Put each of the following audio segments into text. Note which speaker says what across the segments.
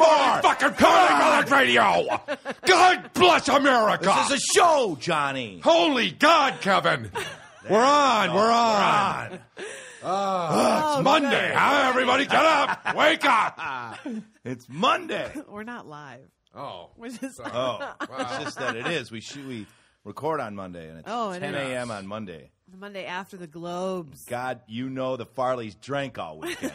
Speaker 1: Oh, fucking calling Millet Radio. God bless America.
Speaker 2: This is a show, Johnny.
Speaker 1: Holy God, Kevin. We're on, we're on.
Speaker 2: on. Oh,
Speaker 1: Ah, it's Monday, huh? Everybody get up. Wake up.
Speaker 2: It's Monday.
Speaker 3: We're not live.
Speaker 1: Oh.
Speaker 3: We're just
Speaker 2: Oh, it's just that it is. We shoot, we record on Monday, and it's
Speaker 3: Oh, it
Speaker 2: 10
Speaker 3: is.
Speaker 2: a.m. on Monday.
Speaker 3: Monday after the Globes.
Speaker 2: God, you know the Farleys drank all weekend.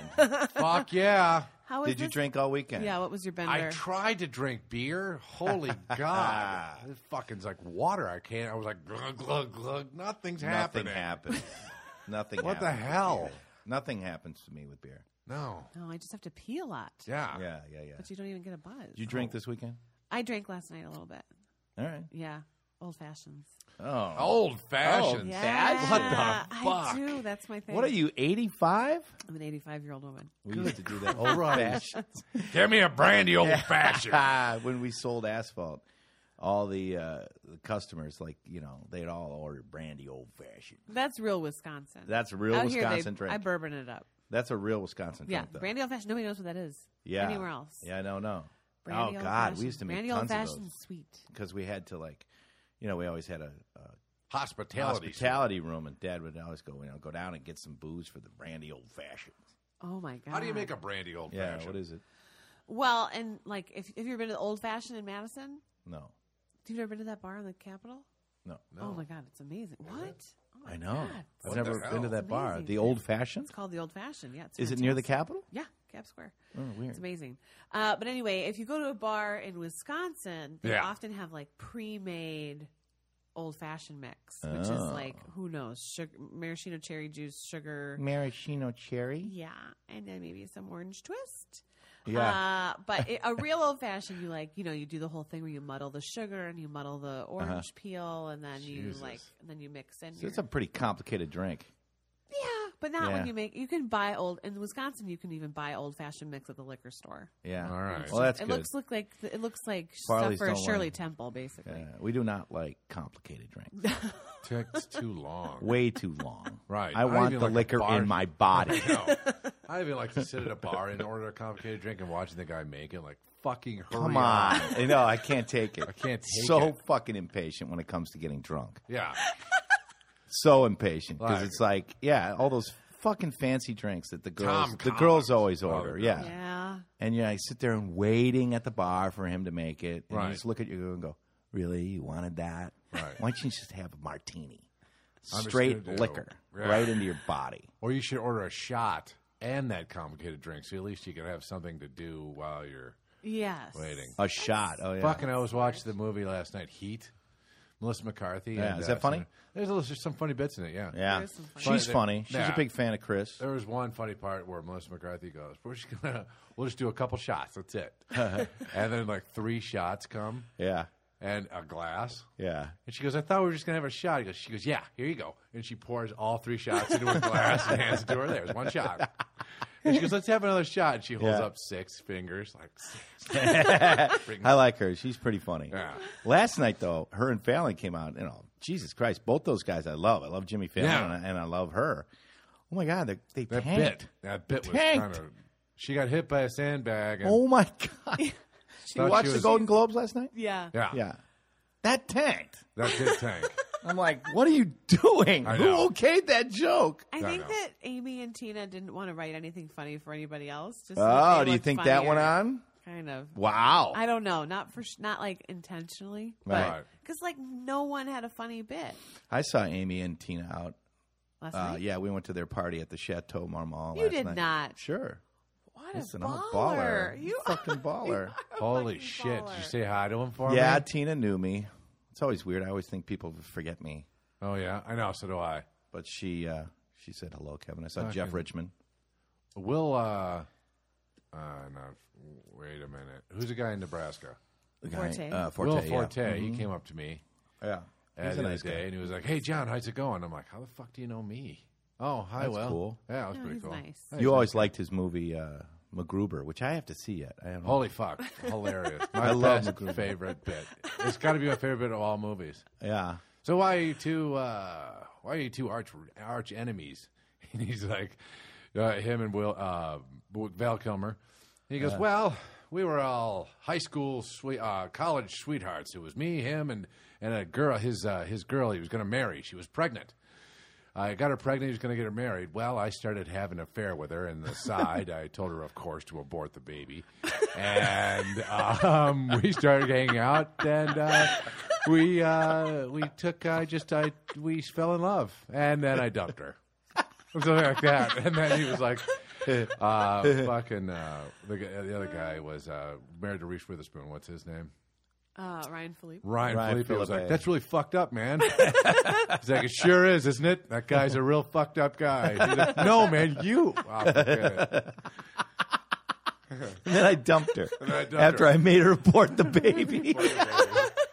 Speaker 1: Fuck yeah.
Speaker 3: How is
Speaker 2: Did you
Speaker 3: this-
Speaker 2: drink all weekend?
Speaker 3: Yeah. What was your
Speaker 1: I
Speaker 3: bender?
Speaker 1: tried to drink beer. Holy God. It fucking's like water. I can't. I was like, glug, glug, glug. Nothing's
Speaker 2: Nothing
Speaker 1: happening.
Speaker 2: happened. Nothing.
Speaker 1: What the
Speaker 2: happened with
Speaker 1: hell?
Speaker 2: beer. Nothing happens to me with beer.
Speaker 1: No.
Speaker 3: no, I just have to pee a lot.
Speaker 1: Yeah.
Speaker 2: Yeah, yeah, yeah.
Speaker 3: But
Speaker 2: Did
Speaker 3: you don't even get a buzz.
Speaker 2: you drink this weekend?
Speaker 3: I drank last night a little bit.
Speaker 2: All right.
Speaker 3: Yeah. Old fashions.
Speaker 2: Oh.
Speaker 1: Old fashioned.
Speaker 3: Oh, Yeah.
Speaker 2: Fashions? What the
Speaker 3: I
Speaker 1: fuck?
Speaker 3: do. That's my thing.
Speaker 2: What are you, 85?
Speaker 3: I'm an 85 year old woman.
Speaker 2: We used to do that. Old fashioned.
Speaker 1: Give me a brandy old fashioned.
Speaker 2: Ah, when we sold asphalt, all the, uh, the customers, like, you know, they'd all order brandy old fashioned.
Speaker 3: That's real Wisconsin.
Speaker 2: That's a real
Speaker 3: Out here,
Speaker 2: Wisconsin
Speaker 3: they,
Speaker 2: drink.
Speaker 3: I bourbon it up.
Speaker 2: That's a real Wisconsin
Speaker 3: Yeah.
Speaker 2: drink, though.
Speaker 3: Brandy old fashioned. Nobody knows what that is.
Speaker 2: yeah.
Speaker 3: Anywhere else.
Speaker 2: Yeah, no, no.
Speaker 3: Brandy
Speaker 2: oh,
Speaker 3: old
Speaker 2: God.
Speaker 3: fashioned.
Speaker 2: We used to make
Speaker 3: Brandy
Speaker 2: tons
Speaker 3: old
Speaker 2: of
Speaker 3: fashioned
Speaker 2: those
Speaker 3: sweet.
Speaker 2: because we had to, like, you know, we always had a, a
Speaker 1: Hospitality.
Speaker 2: hospitality room, and Dad would always go, you know, go down and get some booze for the brandy old fashioned.
Speaker 3: Oh my god.
Speaker 1: How do you make a brandy old
Speaker 2: Yeah,
Speaker 1: fashioned?
Speaker 2: what is it?
Speaker 3: Well, and like if if you've been to the old fashioned in Madison,
Speaker 2: No,
Speaker 3: You've never been to that bar in the Capitol?
Speaker 2: no.
Speaker 3: Oh my God, it's amazing. What? Oh my
Speaker 2: I know.
Speaker 3: God.
Speaker 2: I've
Speaker 1: What
Speaker 2: never
Speaker 1: the
Speaker 2: been to
Speaker 1: hell?
Speaker 2: that bar.
Speaker 3: Amazing.
Speaker 2: The old fashioned?
Speaker 3: It's called the Old Fashioned. Yeah. It's
Speaker 2: Is it near the
Speaker 3: fantastic.
Speaker 2: Capitol?
Speaker 3: Yeah, Cap Square.
Speaker 2: Oh, weird.
Speaker 3: It's amazing. Uh, but anyway, if you go to a bar in Wisconsin, they
Speaker 1: Yeah.
Speaker 3: often have like pre-made old fashioned mix, which
Speaker 2: Oh.
Speaker 3: is like who knows, sugar, maraschino cherry juice, sugar.
Speaker 2: Maraschino cherry.
Speaker 3: Yeah, and then maybe some orange twist.
Speaker 2: Yeah.
Speaker 3: Uh, but it, a real old fashioned, you like, you know, you do the whole thing where you muddle the sugar and you muddle the orange peel, and then
Speaker 1: Jesus.
Speaker 3: you like, and then you mix in.
Speaker 2: Uh-huh. So
Speaker 3: your,
Speaker 2: it's a pretty complicated drink.
Speaker 3: yeah, but not
Speaker 2: Yeah.
Speaker 3: when you make. You can buy old in Wisconsin. You can even buy old fashioned mix at the liquor store.
Speaker 2: Yeah.
Speaker 1: All right.
Speaker 2: Well, that's
Speaker 3: it
Speaker 2: good.
Speaker 3: looks look like it looks like
Speaker 2: Farley's
Speaker 3: stuff for
Speaker 2: don't want
Speaker 3: Shirley
Speaker 2: it.
Speaker 3: Temple, basically.
Speaker 2: Yeah, Uh, we do not like complicated drinks.
Speaker 1: Takes too long.
Speaker 2: Way too long.
Speaker 1: Right.
Speaker 2: I
Speaker 1: I'd
Speaker 2: want
Speaker 1: even
Speaker 2: the
Speaker 1: like a
Speaker 2: liquor
Speaker 1: bar-
Speaker 2: in my body.
Speaker 1: No. I even like to sit at a bar and order a complicated drink and watching the guy make it. Like fucking hurry
Speaker 2: Come
Speaker 1: up.
Speaker 2: on. no, I can't take it.
Speaker 1: I can't take
Speaker 2: so
Speaker 1: it.
Speaker 2: fucking impatient when it comes to getting drunk.
Speaker 1: Yeah.
Speaker 2: So impatient because
Speaker 1: Like-
Speaker 2: it's like, yeah, all those fucking fancy drinks that the girls
Speaker 1: Tom
Speaker 2: the girls
Speaker 1: Collins.
Speaker 2: always
Speaker 1: Oh,
Speaker 2: order.
Speaker 1: God.
Speaker 2: Yeah.
Speaker 3: Yeah.
Speaker 2: And yeah, I sit there and waiting at the bar for him to make it. And
Speaker 1: Right.
Speaker 2: you just look at you and go, Really? You wanted that?
Speaker 1: Right.
Speaker 2: Why don't you just have a martini?
Speaker 1: I'm just
Speaker 2: Straight
Speaker 1: gonna do-
Speaker 2: liquor
Speaker 1: Yeah.
Speaker 2: right into your body.
Speaker 1: Or you should order a shot and that complicated drink, so at least you can have something to do while you're
Speaker 3: Yes.
Speaker 1: waiting.
Speaker 2: A shot. Oh, yeah.
Speaker 1: Fucking, I was watching the movie last night, Heat. Melissa McCarthy.
Speaker 2: Yeah,
Speaker 1: and,
Speaker 2: is that funny?
Speaker 1: some- there's, a, there's some funny bits in it. Yeah.
Speaker 2: Yeah.
Speaker 3: There's some funny-
Speaker 2: She's
Speaker 1: But-
Speaker 2: funny. She's
Speaker 1: Yeah.
Speaker 2: a big fan of Chris.
Speaker 1: There was one funny part where Melissa McCarthy goes, "We're just gonna, we'll just do a couple shots. That's it." and then like three shots come
Speaker 2: Yeah.
Speaker 1: and a glass.
Speaker 2: Yeah.
Speaker 1: And she goes, I thought we were just gonna have a shot. He goes, she goes, yeah, here you go. And she pours all three shots into a glass and hands it to her. There's one shot. And she goes, let's have another shot. And she holds
Speaker 2: Yeah.
Speaker 1: up six fingers, like six. Freaking-
Speaker 2: I like her. She's pretty funny.
Speaker 1: Yeah.
Speaker 2: Last night, though, her and Fallon came out. You know, Jesus Christ, both those guys I love. I love Jimmy Fallon
Speaker 1: Yeah.
Speaker 2: and, I, and I love her. Oh my God, they, they
Speaker 1: that
Speaker 2: tanked.
Speaker 1: bit, that bit was
Speaker 2: Tanked.
Speaker 1: kind of. She got hit by a sandbag. And,
Speaker 2: Oh my God, you
Speaker 1: thought she
Speaker 2: watched the
Speaker 1: was-
Speaker 2: Golden Globes last night?
Speaker 3: Yeah.
Speaker 1: yeah,
Speaker 2: Yeah, that tanked.
Speaker 1: that did tank.
Speaker 2: I'm like, what are you doing?
Speaker 1: I
Speaker 2: Who
Speaker 1: know.
Speaker 2: okayed that joke?
Speaker 3: I
Speaker 1: No,
Speaker 3: think
Speaker 1: no.
Speaker 3: that Amy and Tina didn't want to write anything funny for anybody else. Just so that
Speaker 2: Oh,
Speaker 3: they
Speaker 2: do you
Speaker 3: looked
Speaker 2: think that went
Speaker 3: funnier.
Speaker 2: on?
Speaker 3: Kind of.
Speaker 2: Wow.
Speaker 3: I don't know. Not for sh- not like intentionally,
Speaker 1: Right.
Speaker 3: but because like no one had a funny bit
Speaker 2: I saw Amy and Tina out.
Speaker 3: last
Speaker 2: Uh,
Speaker 3: night.
Speaker 2: yeah, we went to their party at the Chateau Marmont.
Speaker 3: You
Speaker 2: last
Speaker 3: did
Speaker 2: night.
Speaker 3: not.
Speaker 2: Sure.
Speaker 3: What
Speaker 2: Listen,
Speaker 3: a
Speaker 2: I'm
Speaker 3: baller!
Speaker 2: a baller.
Speaker 3: You
Speaker 2: I'm a fucking baller.
Speaker 1: Holy
Speaker 3: fucking
Speaker 1: shit! Did you
Speaker 3: baller.
Speaker 1: say hi to him for
Speaker 2: yeah,
Speaker 1: me?
Speaker 2: Tina knew me. It's always weird. I always think people forget me,
Speaker 1: Oh yeah, I know. So do I.
Speaker 2: but she uh, she said hello, Kevin. I saw Jeff Richmond.
Speaker 1: Will uh, uh, no, wait a minute. Who's the guy in Nebraska?
Speaker 2: The
Speaker 3: Forte.
Speaker 2: uh, Forte.
Speaker 1: Will
Speaker 2: yeah. Mm-hmm.
Speaker 1: Forte. He came up to me
Speaker 2: Yeah,
Speaker 1: at the end of the day and he was like, "Hey, John, how's it going?" I'm like, "How the fuck do you know me?" Oh, hi,
Speaker 2: That's
Speaker 1: Will.
Speaker 2: cool.
Speaker 1: Yeah, that was
Speaker 3: No,
Speaker 1: pretty
Speaker 3: he's
Speaker 1: cool.
Speaker 3: nice.
Speaker 1: Hey,
Speaker 2: You always liked his movie uh, MacGruber, which I have to see yet. I don't know.
Speaker 1: Holy fuck! Hilarious. My
Speaker 2: I love
Speaker 1: best favorite bit. It's got to be my favorite bit of all movies.
Speaker 2: yeah,
Speaker 1: So why are you two? Uh, why are you two arch arch enemies? And he's like, uh, him and Will uh, Val Kilmer. He goes, well, we were all high school, sweet, uh, college sweethearts. It was me, him, and and a girl, his uh, his girl. He was going to marry. She was pregnant. I got her pregnant. He was going to get her married. Well, I started having an affair with her. And the side, I told her, of course, to abort the baby. And um, we started hanging out, and uh, we uh, we took. I just I we fell in love, and then I dumped her, or something like that. And then he was like. Uh, fucking uh, the, gu- the other guy was uh, married to Reese Witherspoon. What's his name?
Speaker 3: Uh, Ryan Philippe.
Speaker 1: Ryan,
Speaker 2: Ryan
Speaker 1: Felipe was
Speaker 2: Felipe.
Speaker 1: like, "That's really fucked up, man." He's like, "It sure is, isn't it? That guy's a real fucked up guy." He's like, no, man, you. Oh, forget it.
Speaker 2: And then I dumped her
Speaker 1: then I dumped
Speaker 2: after
Speaker 1: her.
Speaker 2: I made her abort the baby,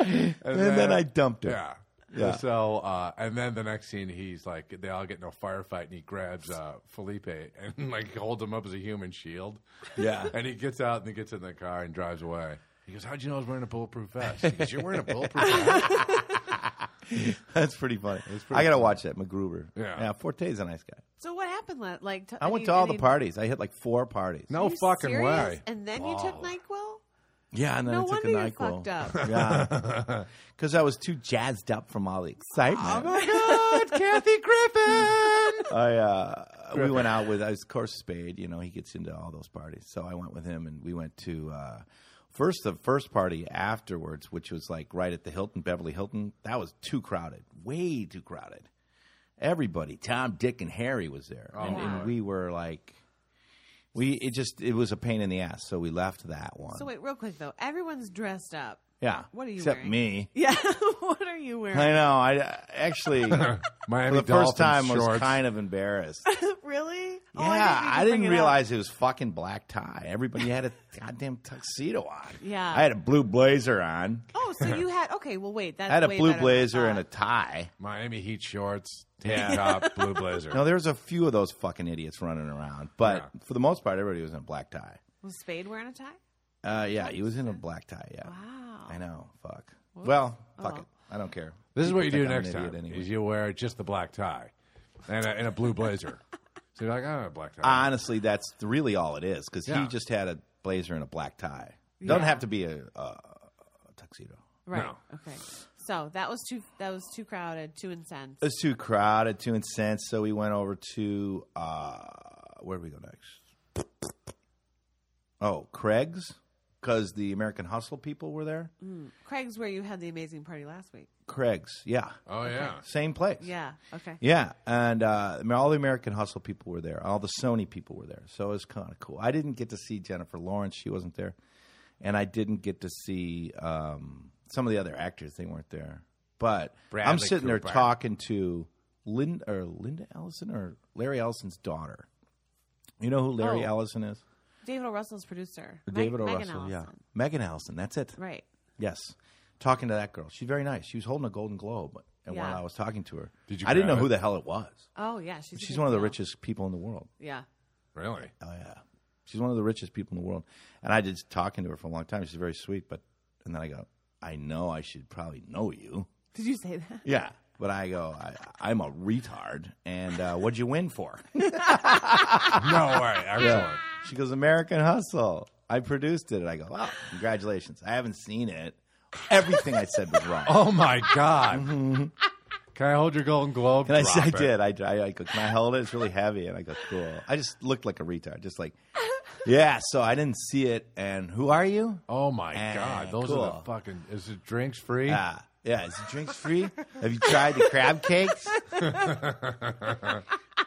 Speaker 2: and then I dumped her.
Speaker 1: yeah.
Speaker 2: Yeah.
Speaker 1: So, uh, and then the next scene, he's like, they all get in a firefight, and he grabs uh, Felipe and like holds him up as a human shield.
Speaker 2: Yeah.
Speaker 1: And he gets out and he gets in the car and drives away. He goes, "How'd you know I was wearing a bulletproof vest?" He goes, "You're wearing a bulletproof vest."
Speaker 2: That's pretty funny.
Speaker 1: pretty
Speaker 2: I gotta watch that MacGruber.
Speaker 1: Yeah.
Speaker 2: yeah, Forte's a nice guy.
Speaker 3: So what happened? la- Like t-
Speaker 2: I went
Speaker 3: any-
Speaker 2: to all
Speaker 3: any-
Speaker 2: the parties. I hit like four parties.
Speaker 1: No
Speaker 3: Are you
Speaker 1: fucking
Speaker 3: serious?
Speaker 1: way.
Speaker 3: And then you took
Speaker 1: Wow.
Speaker 3: Nyquil.
Speaker 2: Yeah, and then
Speaker 3: No
Speaker 2: I took
Speaker 3: wonder
Speaker 2: a
Speaker 3: you're
Speaker 2: Nyquil.
Speaker 3: fucked up.
Speaker 2: Yeah, because I was too jazzed up from all the excitement.
Speaker 1: my God, Kathy Griffin!
Speaker 2: I uh, we went out with I was, of course Spade. You know he gets into all those parties, so I went with him, and we went to uh, first the first party afterwards, which was like right at the Hilton, Beverly Hilton. That was too crowded, way too crowded. Everybody, Tom, Dick, and Harry was there, and, and
Speaker 1: wow.
Speaker 2: we were like, we it just it was a pain in the ass, so we left that one.
Speaker 3: So wait, real quick though. Everyone's dressed up.
Speaker 2: yeah,
Speaker 3: What are you
Speaker 2: except
Speaker 3: wearing?
Speaker 2: me.
Speaker 3: Yeah. what are you
Speaker 2: I
Speaker 3: wearing?
Speaker 2: know. I actually.
Speaker 1: Miami
Speaker 2: for the
Speaker 1: Dolphins
Speaker 2: first time
Speaker 1: shorts.
Speaker 2: was kind of embarrassed.
Speaker 3: really? Oh, Yeah.
Speaker 2: yeah, I didn't, realize it was fucking black tie. Everybody had a goddamn tuxedo on.
Speaker 3: Yeah.
Speaker 2: I had a blue blazer on.
Speaker 3: Oh, so you had okay. Well, wait. That's
Speaker 2: I had a
Speaker 3: way
Speaker 2: blue
Speaker 3: better than
Speaker 2: blazer
Speaker 3: I
Speaker 2: and a
Speaker 3: thought.
Speaker 2: tie.
Speaker 1: Miami Heat shorts, tank
Speaker 2: Yeah.
Speaker 1: top, blue blazer.
Speaker 2: No, there was a few of those fucking idiots running around, but
Speaker 1: Yeah.
Speaker 2: for the most part, everybody was in a black tie.
Speaker 3: was Spade wearing a tie?
Speaker 2: Uh, yeah, he was in a black tie. Yeah,
Speaker 3: Wow. Oh.
Speaker 2: I know. Fuck. Well, fuck
Speaker 3: well.
Speaker 2: it. I don't care.
Speaker 1: This is what you
Speaker 2: People
Speaker 1: do
Speaker 2: think I'm an
Speaker 1: next time:
Speaker 2: idiot anyway.
Speaker 1: is you wear just the black tie and a, and a blue blazer. so you're like, I don't have a black tie.
Speaker 2: Honestly, that's really all it is because
Speaker 1: Yeah.
Speaker 2: he just had a blazer and a black tie. Don't
Speaker 3: Yeah.
Speaker 2: have to be a, a, a tuxedo.
Speaker 3: Right.
Speaker 1: No.
Speaker 3: Okay. So that was too. That was too crowded. Too intense.
Speaker 2: It was too crowded, too incensed, so we went over to uh where do we go next? Oh, Craig's because the American Hustle people were there.
Speaker 3: Craig's where you had the amazing party last week.
Speaker 2: Craig's, yeah,
Speaker 1: oh yeah.
Speaker 2: same place.
Speaker 3: Yeah. Okay.
Speaker 2: Yeah, and uh, I mean, all the American Hustle people were there. All the Sony people were there, so it was kind of cool. I didn't get to see Jennifer Lawrence; she wasn't there, and I didn't get to see um, some of the other actors; they weren't there. But I'm
Speaker 1: Bradley
Speaker 2: sitting there
Speaker 1: Cooper.
Speaker 2: talking to Linda or Linda Ellison or Larry Ellison's daughter. You know who Larry
Speaker 3: Oh.
Speaker 2: Ellison is?
Speaker 3: David O. Russell's producer. Meg-
Speaker 2: David O.
Speaker 3: Megan
Speaker 2: Russell. Yeah,
Speaker 3: Ellison.
Speaker 2: Megan Ellison. That's it.
Speaker 3: Right.
Speaker 2: Yes. Talking to that girl. She's very nice. She was holding a Golden Globe, and while
Speaker 3: Yeah.
Speaker 2: I was talking to her,
Speaker 1: Did you
Speaker 2: I didn't know
Speaker 1: grab
Speaker 2: who
Speaker 1: it?
Speaker 2: the hell it was.
Speaker 3: Oh yeah. She's. a
Speaker 2: She's
Speaker 3: good
Speaker 2: one of the
Speaker 3: girl.
Speaker 2: richest people in the world.
Speaker 3: Yeah.
Speaker 1: Really?
Speaker 2: Oh yeah, she's one of the richest people in the world. And I did talking to her for a long time. She's very sweet, but and then I go, I know I should probably know you.
Speaker 3: Did you say that?
Speaker 2: Yeah, but I go, I, I'm a retard. And uh, what'd you win for?
Speaker 1: No way. Excellent.
Speaker 2: she goes, American Hustle. I produced it. And I go, wow, congratulations. I haven't seen it. Everything I said was wrong.
Speaker 1: Oh my god. Can I hold your Golden Globe?
Speaker 2: And I,
Speaker 1: Drop
Speaker 2: said, Mm-hmm. I
Speaker 1: it.
Speaker 2: did. I, I, I go, can I hold it? It's really heavy. And I go, cool. I just looked like a retard, just like, yeah. So I didn't see it. And who are you?
Speaker 1: Oh my
Speaker 2: Eh,
Speaker 1: god. Those are
Speaker 2: cool. Ah.
Speaker 1: the fucking. Is it drinks free?
Speaker 2: Yeah, yeah. Is the drinks free? Have you tried the crab cakes?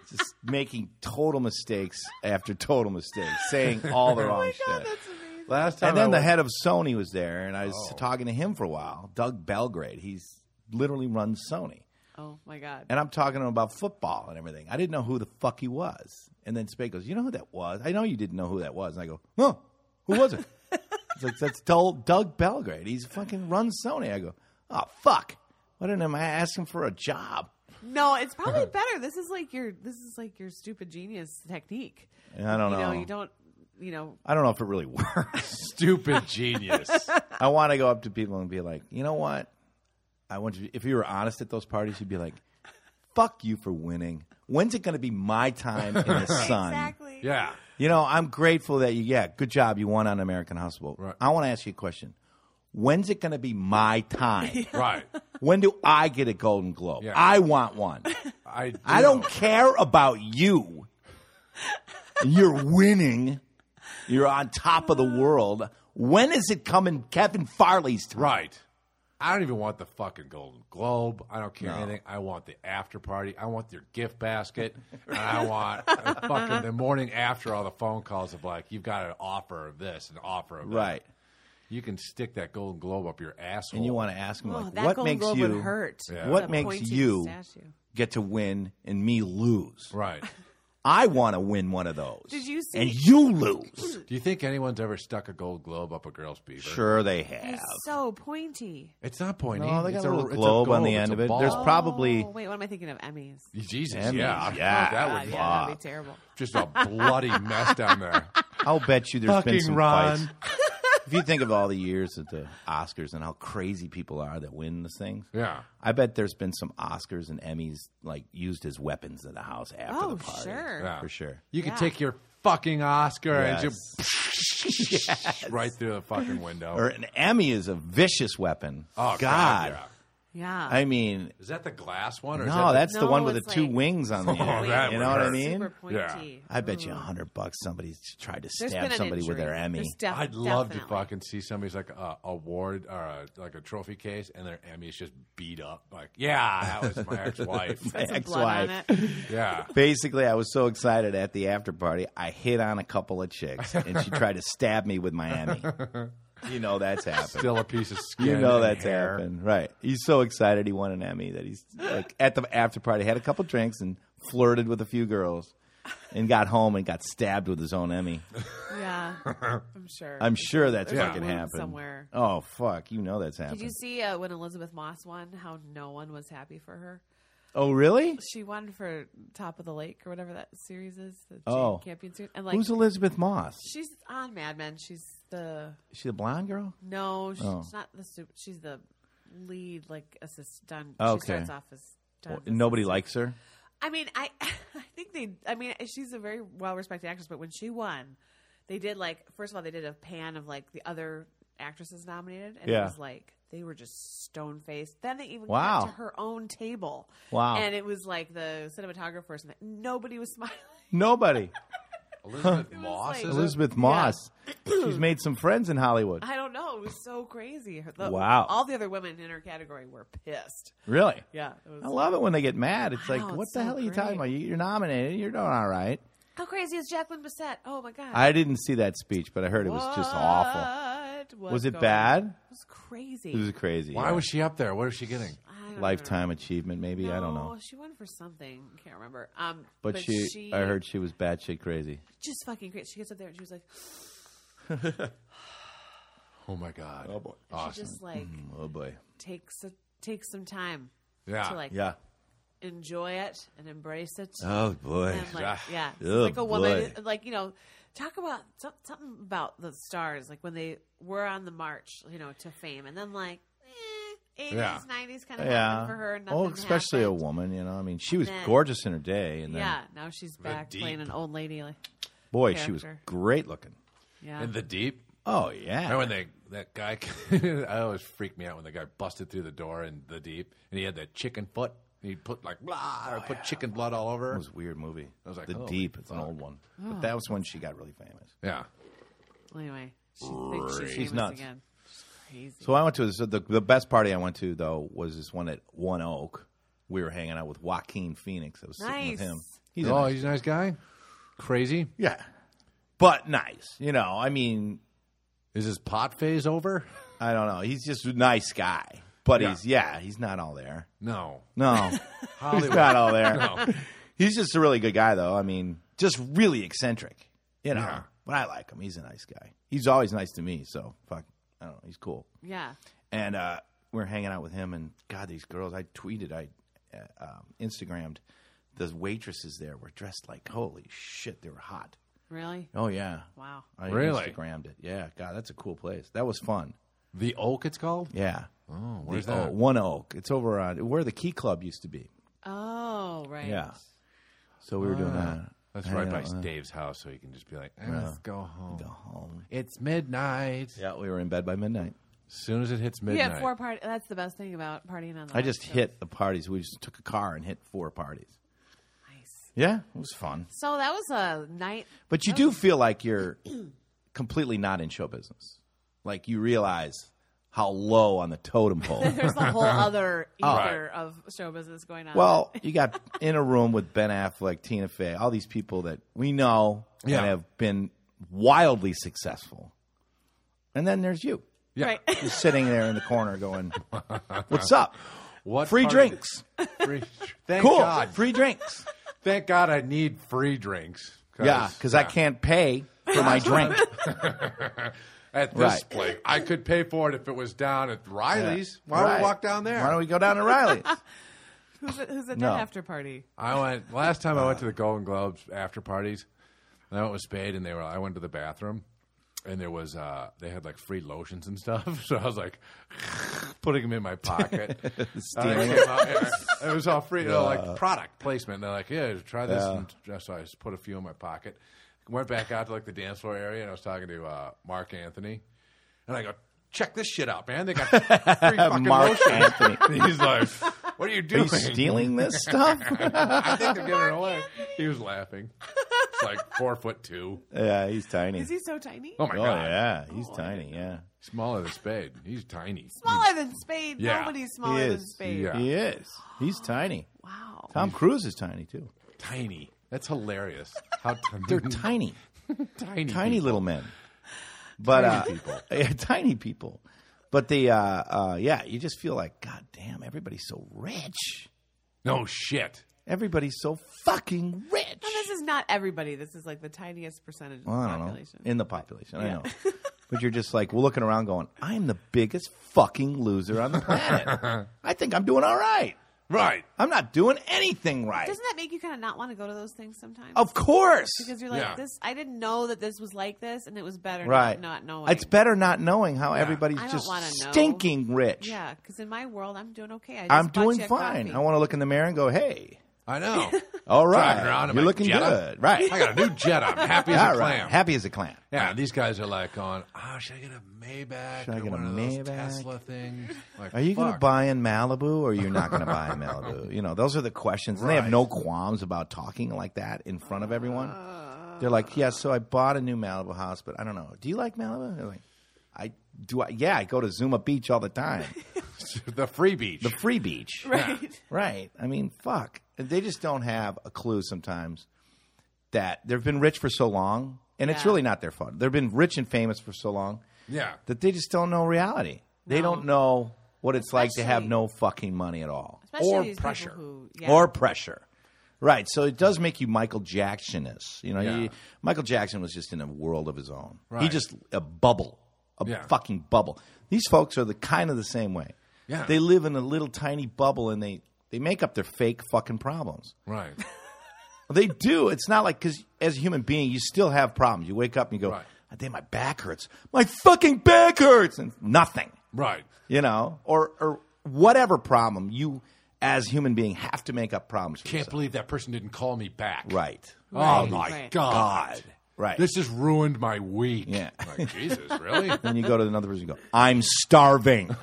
Speaker 2: Just making total mistakes after total mistakes, saying all the wrong shit.
Speaker 3: That's amazing.
Speaker 1: Last time.
Speaker 2: and then
Speaker 1: I
Speaker 2: the
Speaker 1: went-
Speaker 2: head of Sony was there, and I was
Speaker 1: Oh.
Speaker 2: talking to him for a while. Doug Belgrade, he's literally runs Sony,
Speaker 3: Oh my God.
Speaker 2: and I'm talking to him about football and everything. I didn't know who the fuck he was, and then Spade goes, "You know who that was? I know you didn't know who that was." And I go, "Huh? Who was it?" It's like that's Dol- Doug Belgrade. He's fucking runs Sony. I go, oh fuck! Why didn't I ask him for a job?
Speaker 3: No, it's probably better. This is like your this is like your stupid genius technique.
Speaker 2: And I don't
Speaker 3: you know,
Speaker 2: know.
Speaker 3: you don't you know
Speaker 2: I don't know if it really works.
Speaker 1: Stupid genius.
Speaker 2: I want to go up to people and be like, you know what? I want you. If you were honest at those parties, you'd be like, fuck you for winning. When's it going to be my time in the sun?
Speaker 3: exactly.
Speaker 1: Yeah.
Speaker 2: You know, I'm grateful that you. Yeah, good job. You won on American Hustle.
Speaker 1: Right.
Speaker 2: I want to ask you a question. When's it going to be my time?
Speaker 1: Right.
Speaker 2: when do I get a Golden Globe?
Speaker 1: Yeah.
Speaker 2: I want one.
Speaker 1: I do.
Speaker 2: I don't care about you. You're winning. You're on top of the
Speaker 3: Uh-huh.
Speaker 2: world. When is it coming, Kevin Farley's time?
Speaker 1: Right. I don't even want the fucking Golden Globe. I don't care anything. I want the after party. I want their gift basket. and I want a fucking the morning after all the phone calls of like, you've got an offer of this, an offer of that.
Speaker 2: Right.
Speaker 1: You can stick that Golden Globe up your asshole.
Speaker 2: And you want to ask him,
Speaker 3: Oh,
Speaker 2: like,
Speaker 3: that
Speaker 2: what
Speaker 3: Golden
Speaker 2: makes
Speaker 3: Globe
Speaker 2: you
Speaker 3: would hurt.
Speaker 1: Yeah.
Speaker 2: what
Speaker 3: The
Speaker 2: makes
Speaker 3: pointed
Speaker 2: you-
Speaker 3: Statue.
Speaker 2: get to win and me lose?
Speaker 1: Right.
Speaker 2: I want to win one of those.
Speaker 3: Did you see-
Speaker 2: And you lose.
Speaker 1: Do you think anyone's ever stuck a Gold Globe up a girl's beaver?
Speaker 2: Sure, they
Speaker 3: He's
Speaker 2: have.
Speaker 3: so pointy.
Speaker 1: It's not pointy.
Speaker 2: No, they got
Speaker 1: it's
Speaker 2: a little
Speaker 1: it's
Speaker 2: globe on the
Speaker 1: It's
Speaker 2: end
Speaker 1: a
Speaker 2: of it.
Speaker 1: ball.
Speaker 2: There's probably-
Speaker 3: Oh, wait, what am I thinking of? Emmys.
Speaker 1: Jesus,
Speaker 2: Emmys,
Speaker 1: yeah,
Speaker 2: yeah.
Speaker 1: that
Speaker 3: God,
Speaker 1: would
Speaker 3: yeah,
Speaker 1: fuck.
Speaker 3: that'd be terrible.
Speaker 1: just a bloody mess down there.
Speaker 2: I'll bet you there's been
Speaker 1: Fucking
Speaker 2: some
Speaker 1: Ron.
Speaker 2: fights. If you think of all the years at the Oscars and how crazy people are that win those things,
Speaker 1: Yeah,
Speaker 2: I bet there's been some Oscars and Emmys like used as weapons in the house after
Speaker 3: Oh,
Speaker 2: the party.
Speaker 3: sure.
Speaker 1: Yeah.
Speaker 2: for sure.
Speaker 1: you could
Speaker 3: Yeah.
Speaker 1: take your fucking Oscar and
Speaker 2: Yes.
Speaker 1: just right through the fucking window.
Speaker 2: Or an Emmy is a vicious weapon.
Speaker 1: oh God!
Speaker 2: God,
Speaker 1: yeah.
Speaker 3: Yeah.
Speaker 2: I mean,
Speaker 1: Is that the glass one? Or is that
Speaker 2: no,
Speaker 1: the- Oh,
Speaker 2: that's the
Speaker 3: No,
Speaker 2: one with the
Speaker 3: it's
Speaker 2: two
Speaker 3: like-
Speaker 2: wings on the end.
Speaker 1: that
Speaker 2: you
Speaker 1: would
Speaker 2: know what I
Speaker 1: hurt.
Speaker 2: mean?
Speaker 3: Super pointy.
Speaker 2: I bet you a hundred bucks somebody tried to
Speaker 3: There's been
Speaker 2: stab
Speaker 3: an
Speaker 2: somebody with
Speaker 3: injury.
Speaker 2: their E. Emmy.
Speaker 3: There's def-
Speaker 1: I'd love to
Speaker 3: definitely.
Speaker 1: fucking see somebody's like a award or a, like a trophy case, and their Emmy's just beat up. Like, yeah, that was my ex-wife.
Speaker 3: Put some
Speaker 2: Ex-wife.
Speaker 3: blood on it.
Speaker 1: yeah,
Speaker 2: Basically, I was so excited at the after party, I hit on a couple of chicks, and she tried to stab me with my Emmy. You know that's happened.
Speaker 1: still a piece of skin.
Speaker 2: you know
Speaker 1: and
Speaker 2: that's
Speaker 1: hair.
Speaker 2: happened, right? He's so excited he won an Emmy that he's like at the after party had a couple drinks and flirted with a few girls, and got home and got stabbed with his own Emmy.
Speaker 3: Yeah, I'm sure.
Speaker 2: I'm sure that's
Speaker 1: Yeah.
Speaker 2: fucking
Speaker 1: Wound
Speaker 2: happened
Speaker 3: somewhere.
Speaker 2: Oh fuck, you know that's happened.
Speaker 3: Did you see uh, when Elizabeth Moss won? How no one was happy for her.
Speaker 2: oh really?
Speaker 3: She won for Top of the Lake or whatever that series is. The Jane
Speaker 2: Oh.
Speaker 3: Campion series. And like
Speaker 2: Who's Elizabeth Moss?
Speaker 3: she's on Mad Men. She's the
Speaker 2: Is she the blonde girl?
Speaker 3: no, she's
Speaker 2: Oh.
Speaker 3: not the super. She's the lead like assist. Don.
Speaker 2: Okay.
Speaker 3: She starts off as. Don
Speaker 2: Well, nobody likes her.
Speaker 3: I mean, I I think they. I mean, she's a very well respected actress, but when she won, they did like first of all they did a pan of like the other actresses nominated, and
Speaker 2: Yeah.
Speaker 3: it was like they were just stone faced. Then they even
Speaker 2: Wow.
Speaker 3: got to her own table.
Speaker 2: Wow.
Speaker 3: And it was like the cinematographer or something. Nobody was smiling.
Speaker 2: Nobody.
Speaker 1: Elizabeth
Speaker 3: was
Speaker 1: Moss.
Speaker 3: like-
Speaker 1: is it?
Speaker 2: Elizabeth Moss. She's made some friends in Hollywood.
Speaker 3: I don't know. It was so crazy. Her- the-
Speaker 2: Wow.
Speaker 3: All the other women in her category were pissed. Oh.
Speaker 2: Really?
Speaker 3: Yeah. It was,
Speaker 2: I love it when they get mad. It's
Speaker 3: I
Speaker 2: like,
Speaker 3: know,
Speaker 2: what
Speaker 3: it's
Speaker 2: the
Speaker 3: so
Speaker 2: hell are you talking
Speaker 3: great.
Speaker 2: about? You- You're nominated. You're doing all right.
Speaker 3: How crazy is Jacqueline Bisset? Oh my god.
Speaker 2: I didn't see that speech, but I heard it was just awful.
Speaker 3: What was,
Speaker 2: Was it
Speaker 3: going-
Speaker 2: bad?
Speaker 3: It was crazy.
Speaker 2: It was crazy.
Speaker 1: Why
Speaker 2: yeah.
Speaker 1: was she up there? What is she getting?
Speaker 3: I don't know.
Speaker 2: lifetime achievement? Maybe I don't
Speaker 3: No,
Speaker 2: know.
Speaker 3: She won for something. Can't remember. Um,
Speaker 2: But, she, I heard she was batshit crazy.
Speaker 3: just fucking great. She gets up there and she was like,
Speaker 1: Oh my god!
Speaker 2: Oh, boy.
Speaker 1: Awesome.
Speaker 3: she just like
Speaker 2: Oh boy.
Speaker 3: takes a, takes some time
Speaker 1: yeah.
Speaker 3: to like
Speaker 2: Yeah.
Speaker 3: enjoy it and embrace it.
Speaker 2: Oh boy.
Speaker 3: and like yeah, she's
Speaker 2: Oh,
Speaker 3: like a woman,
Speaker 2: boy.
Speaker 3: like you know, talk about some, something about the stars, like when they were on the march, you know, to fame, and then like eh, eighties,
Speaker 1: Yeah.
Speaker 3: nineties kind of
Speaker 2: Yeah.
Speaker 3: happened for her. Nothing
Speaker 2: Oh, especially a
Speaker 3: happened.
Speaker 2: woman. You know, I mean, she was
Speaker 3: then-
Speaker 2: gorgeous in her day, and then
Speaker 3: Yeah, now she's back
Speaker 1: deep.
Speaker 3: playing an old lady. Like,
Speaker 2: boy, she was
Speaker 3: character.
Speaker 2: great looking.
Speaker 3: yeah,
Speaker 1: in the deep.
Speaker 2: Oh yeah.
Speaker 1: And when they that guy, I always freaked me out when the guy busted through the door in the deep, and he had that chicken foot. And he put like blah,
Speaker 2: Oh,
Speaker 1: or put chicken blood all over.
Speaker 2: It was a weird movie. I
Speaker 1: was like,
Speaker 2: The
Speaker 1: holy
Speaker 2: Deep. It's an old one. But that was when she got really famous.
Speaker 1: yeah,
Speaker 3: Anyway, she thinks she's, famous
Speaker 2: nuts.
Speaker 3: again. She's crazy.
Speaker 2: So I went to so the the best party I went to though was this one at One Oak. We were hanging out with Joaquin Phoenix. I was sitting with
Speaker 3: Nice.
Speaker 2: him. He's a
Speaker 1: oh,
Speaker 2: nice-
Speaker 1: he's a nice guy. Crazy.
Speaker 2: yeah, but nice. You know, I mean,
Speaker 1: Is his pot phase over?
Speaker 2: I don't know. He's just a nice guy, but
Speaker 1: Yeah.
Speaker 2: he's yeah, he's not all there.
Speaker 1: No,
Speaker 2: No, he's
Speaker 1: Hollywood.
Speaker 2: not all there.
Speaker 1: No.
Speaker 2: He's just a really good guy though. I mean, just really eccentric. You know,
Speaker 1: Yeah.
Speaker 2: but I like him. He's a nice guy. He's always nice to me. So fuck, I don't know. He's cool.
Speaker 3: yeah.
Speaker 2: and uh, we're hanging out with him and god these girls i tweeted i uh, um, instagrammed the waitresses there were dressed like holy shit they were hot
Speaker 3: Really?
Speaker 2: oh yeah
Speaker 3: Wow.
Speaker 2: i
Speaker 1: Really?
Speaker 2: instagrammed it yeah god that's a cool place that was fun
Speaker 1: The Oak, it's called.
Speaker 2: yeah
Speaker 1: Oh, where's
Speaker 2: The-
Speaker 1: that?
Speaker 2: oh, one oak it's over on where the key club used to be
Speaker 3: Oh, right.
Speaker 2: yeah so we were doing that
Speaker 1: That's
Speaker 2: I
Speaker 1: right
Speaker 2: know,
Speaker 1: by
Speaker 2: uh,
Speaker 1: Dave's house, so he can just be like, eh,
Speaker 2: Yeah.
Speaker 1: "Let's go home."
Speaker 2: Go home.
Speaker 1: It's midnight.
Speaker 2: Yeah, we were in bed by midnight.
Speaker 1: As soon as it hits
Speaker 3: You
Speaker 1: midnight,
Speaker 3: had four party. That's the best thing about partying on the.
Speaker 2: I
Speaker 3: West
Speaker 2: just
Speaker 3: Coast.
Speaker 2: hit the parties. We just took a car and hit four parties.
Speaker 3: Nice.
Speaker 2: Yeah, it was fun.
Speaker 3: So that was a night.
Speaker 2: But you do feel like you're completely not in show business. Like you realize how low on the totem pole.
Speaker 3: There's a whole other
Speaker 1: Right.
Speaker 3: ether of show business going on.
Speaker 2: well, you got in a room with Ben Affleck, Tina Fey, all these people that we know
Speaker 1: Yeah.
Speaker 2: and have been wildly successful. And then there's you
Speaker 1: yeah.
Speaker 3: right.
Speaker 2: just sitting there in the corner going, "What's up?
Speaker 1: What
Speaker 2: Free
Speaker 1: part of
Speaker 2: drinks.
Speaker 1: the- Free, thank
Speaker 2: Cool.
Speaker 1: God.
Speaker 2: Free drinks."
Speaker 1: Thank God I need free drinks.
Speaker 2: Yeah, because I can't pay for my drink.
Speaker 1: At this
Speaker 2: Right.
Speaker 1: place, I could pay for it if it was down at Riley's. Why don't
Speaker 2: Right.
Speaker 1: we walk down there?
Speaker 2: Why don't we go down to Riley's?
Speaker 3: who's, at- who's at
Speaker 2: No.
Speaker 3: that after party?
Speaker 1: I went last time I
Speaker 2: Uh.
Speaker 1: went to the Golden Globes after parties. And I went with Spade, and they were. I went to the bathroom, and there was uh, they had like free lotions and stuff. So I was like putting them in my pocket. And they came out, yeah, it was all free, you know, like product placement. And they're like, "Yeah, try this." And so I just put a few in my pocket. Went back out to like the dance floor area, and I was talking to uh, Mark Anthony, and I go. Check this shit out, man! They got free fucking
Speaker 2: Mark
Speaker 1: lotions."
Speaker 2: Anthony.
Speaker 1: And he's like, "What are you
Speaker 2: Are you
Speaker 1: doing?
Speaker 2: stealing this stuff?
Speaker 1: I think they're giving it away. He was laughing. It's like four foot two.
Speaker 2: yeah, he's tiny.
Speaker 3: Is he so tiny?
Speaker 1: Oh my
Speaker 2: oh
Speaker 1: god,
Speaker 2: yeah, he's tiny. Yeah,
Speaker 1: smaller than Spade. He's tiny.
Speaker 3: Smaller than Spade.
Speaker 1: Yeah.
Speaker 3: Nobody's smaller
Speaker 2: He
Speaker 3: than
Speaker 2: is.
Speaker 3: Spade.
Speaker 1: Yeah.
Speaker 2: he is. He's tiny.
Speaker 3: Wow.
Speaker 2: Tom Cruise is tiny too.
Speaker 1: Tiny. That's hilarious. How tiny?
Speaker 2: They're tiny,
Speaker 1: tiny.
Speaker 2: tiny
Speaker 1: people.
Speaker 2: little men. But
Speaker 1: Tiny
Speaker 2: uh,
Speaker 1: people.
Speaker 2: yeah, tiny people. But the uh, uh, yeah, you just feel like God damn, everybody's so rich.
Speaker 1: No shit.
Speaker 2: Everybody's so fucking rich.
Speaker 3: This is not everybody. This is like the tiniest percentage of the
Speaker 2: Well, I don't
Speaker 3: population.
Speaker 2: know. In the population, I know. But you're just like looking around, going, "I'm the biggest fucking loser on the planet. I think I'm doing all right.
Speaker 1: Right.
Speaker 2: I'm not doing anything right.
Speaker 3: Doesn't that make you kind of not want to go to those things sometimes?
Speaker 2: Of course.
Speaker 3: because you're like
Speaker 1: Yeah.
Speaker 3: this. I didn't know that this was like this, and it was better
Speaker 2: Right.
Speaker 3: not, not knowing.
Speaker 2: It's better not knowing how
Speaker 3: I
Speaker 2: everybody's
Speaker 3: don't
Speaker 2: just
Speaker 3: wanna know.
Speaker 2: stinking rich.
Speaker 3: Yeah, because in my world, I'm doing okay. I just
Speaker 2: I'm
Speaker 3: bought
Speaker 2: doing
Speaker 3: you a
Speaker 2: fine.
Speaker 3: coffee.
Speaker 2: I want to look in the mirror and go, hey,
Speaker 1: I know.
Speaker 2: all
Speaker 1: Driving
Speaker 2: right.
Speaker 1: around in
Speaker 2: you're
Speaker 1: my
Speaker 2: looking
Speaker 1: Jetta.
Speaker 2: good. Right.
Speaker 1: I got a new jet. I'm happy as
Speaker 2: all
Speaker 1: a
Speaker 2: right.
Speaker 1: clam.
Speaker 2: Happy as a clam.
Speaker 1: yeah, these guys are like going, oh, should I get a Maybach
Speaker 2: Should I
Speaker 1: or
Speaker 2: get a
Speaker 1: one of those
Speaker 2: Maybach?
Speaker 1: Tesla things? Like,
Speaker 2: Are you going to
Speaker 1: fuck.
Speaker 2: buy in Malibu or you're not going to buy in Malibu? You know, those are the questions. And they have
Speaker 1: Right.
Speaker 2: no qualms about talking like that in front of everyone.
Speaker 3: Uh.
Speaker 2: They're like, yeah, so I bought a new Malibu house, but I don't know. Do you like Malibu? They're like, I do. I, yeah, I go to Zuma Beach all the time.
Speaker 1: the free beach?
Speaker 2: the free beach.
Speaker 3: right.
Speaker 2: Right. I mean, fuck. They just don't have a clue sometimes that they've been rich for so long, and it's
Speaker 3: Yeah.
Speaker 2: really not their fault. They've been rich and famous for so long
Speaker 1: yeah.
Speaker 2: that they just don't know reality. They
Speaker 3: No.
Speaker 2: don't know what it's like to have
Speaker 3: Especially-
Speaker 2: no fucking money at all
Speaker 3: Especially
Speaker 1: Or
Speaker 3: these
Speaker 1: pressure.
Speaker 3: people Who, yeah.
Speaker 2: or pressure. Right. So it does make you Michael Jackson-ish. You know,
Speaker 1: Yeah.
Speaker 2: you- Michael Jackson was just in a world of his own. He
Speaker 1: Right.
Speaker 2: just a bubble, a
Speaker 1: Yeah.
Speaker 2: fucking bubble. These folks are the kind of the same way.
Speaker 1: Yeah.
Speaker 2: They live in a little tiny bubble and they they make up their fake fucking problems.
Speaker 1: Right.
Speaker 2: They do. It's not like because as a human being, you still have problems. You wake up and you go,
Speaker 1: Right.
Speaker 2: "I think my back hurts. My fucking back hurts," and nothing
Speaker 1: Right.
Speaker 2: you know, or or whatever problem you as human being have to make up problems. For
Speaker 1: Can't
Speaker 2: yourself.
Speaker 1: believe that person didn't call me back.
Speaker 2: right?
Speaker 1: Oh
Speaker 3: Right,
Speaker 1: my
Speaker 3: right.
Speaker 1: god.
Speaker 2: Right.
Speaker 1: This just ruined my week.
Speaker 2: Yeah.
Speaker 1: Like, Jesus, really?
Speaker 2: Then you go to another person and go, "I'm starving.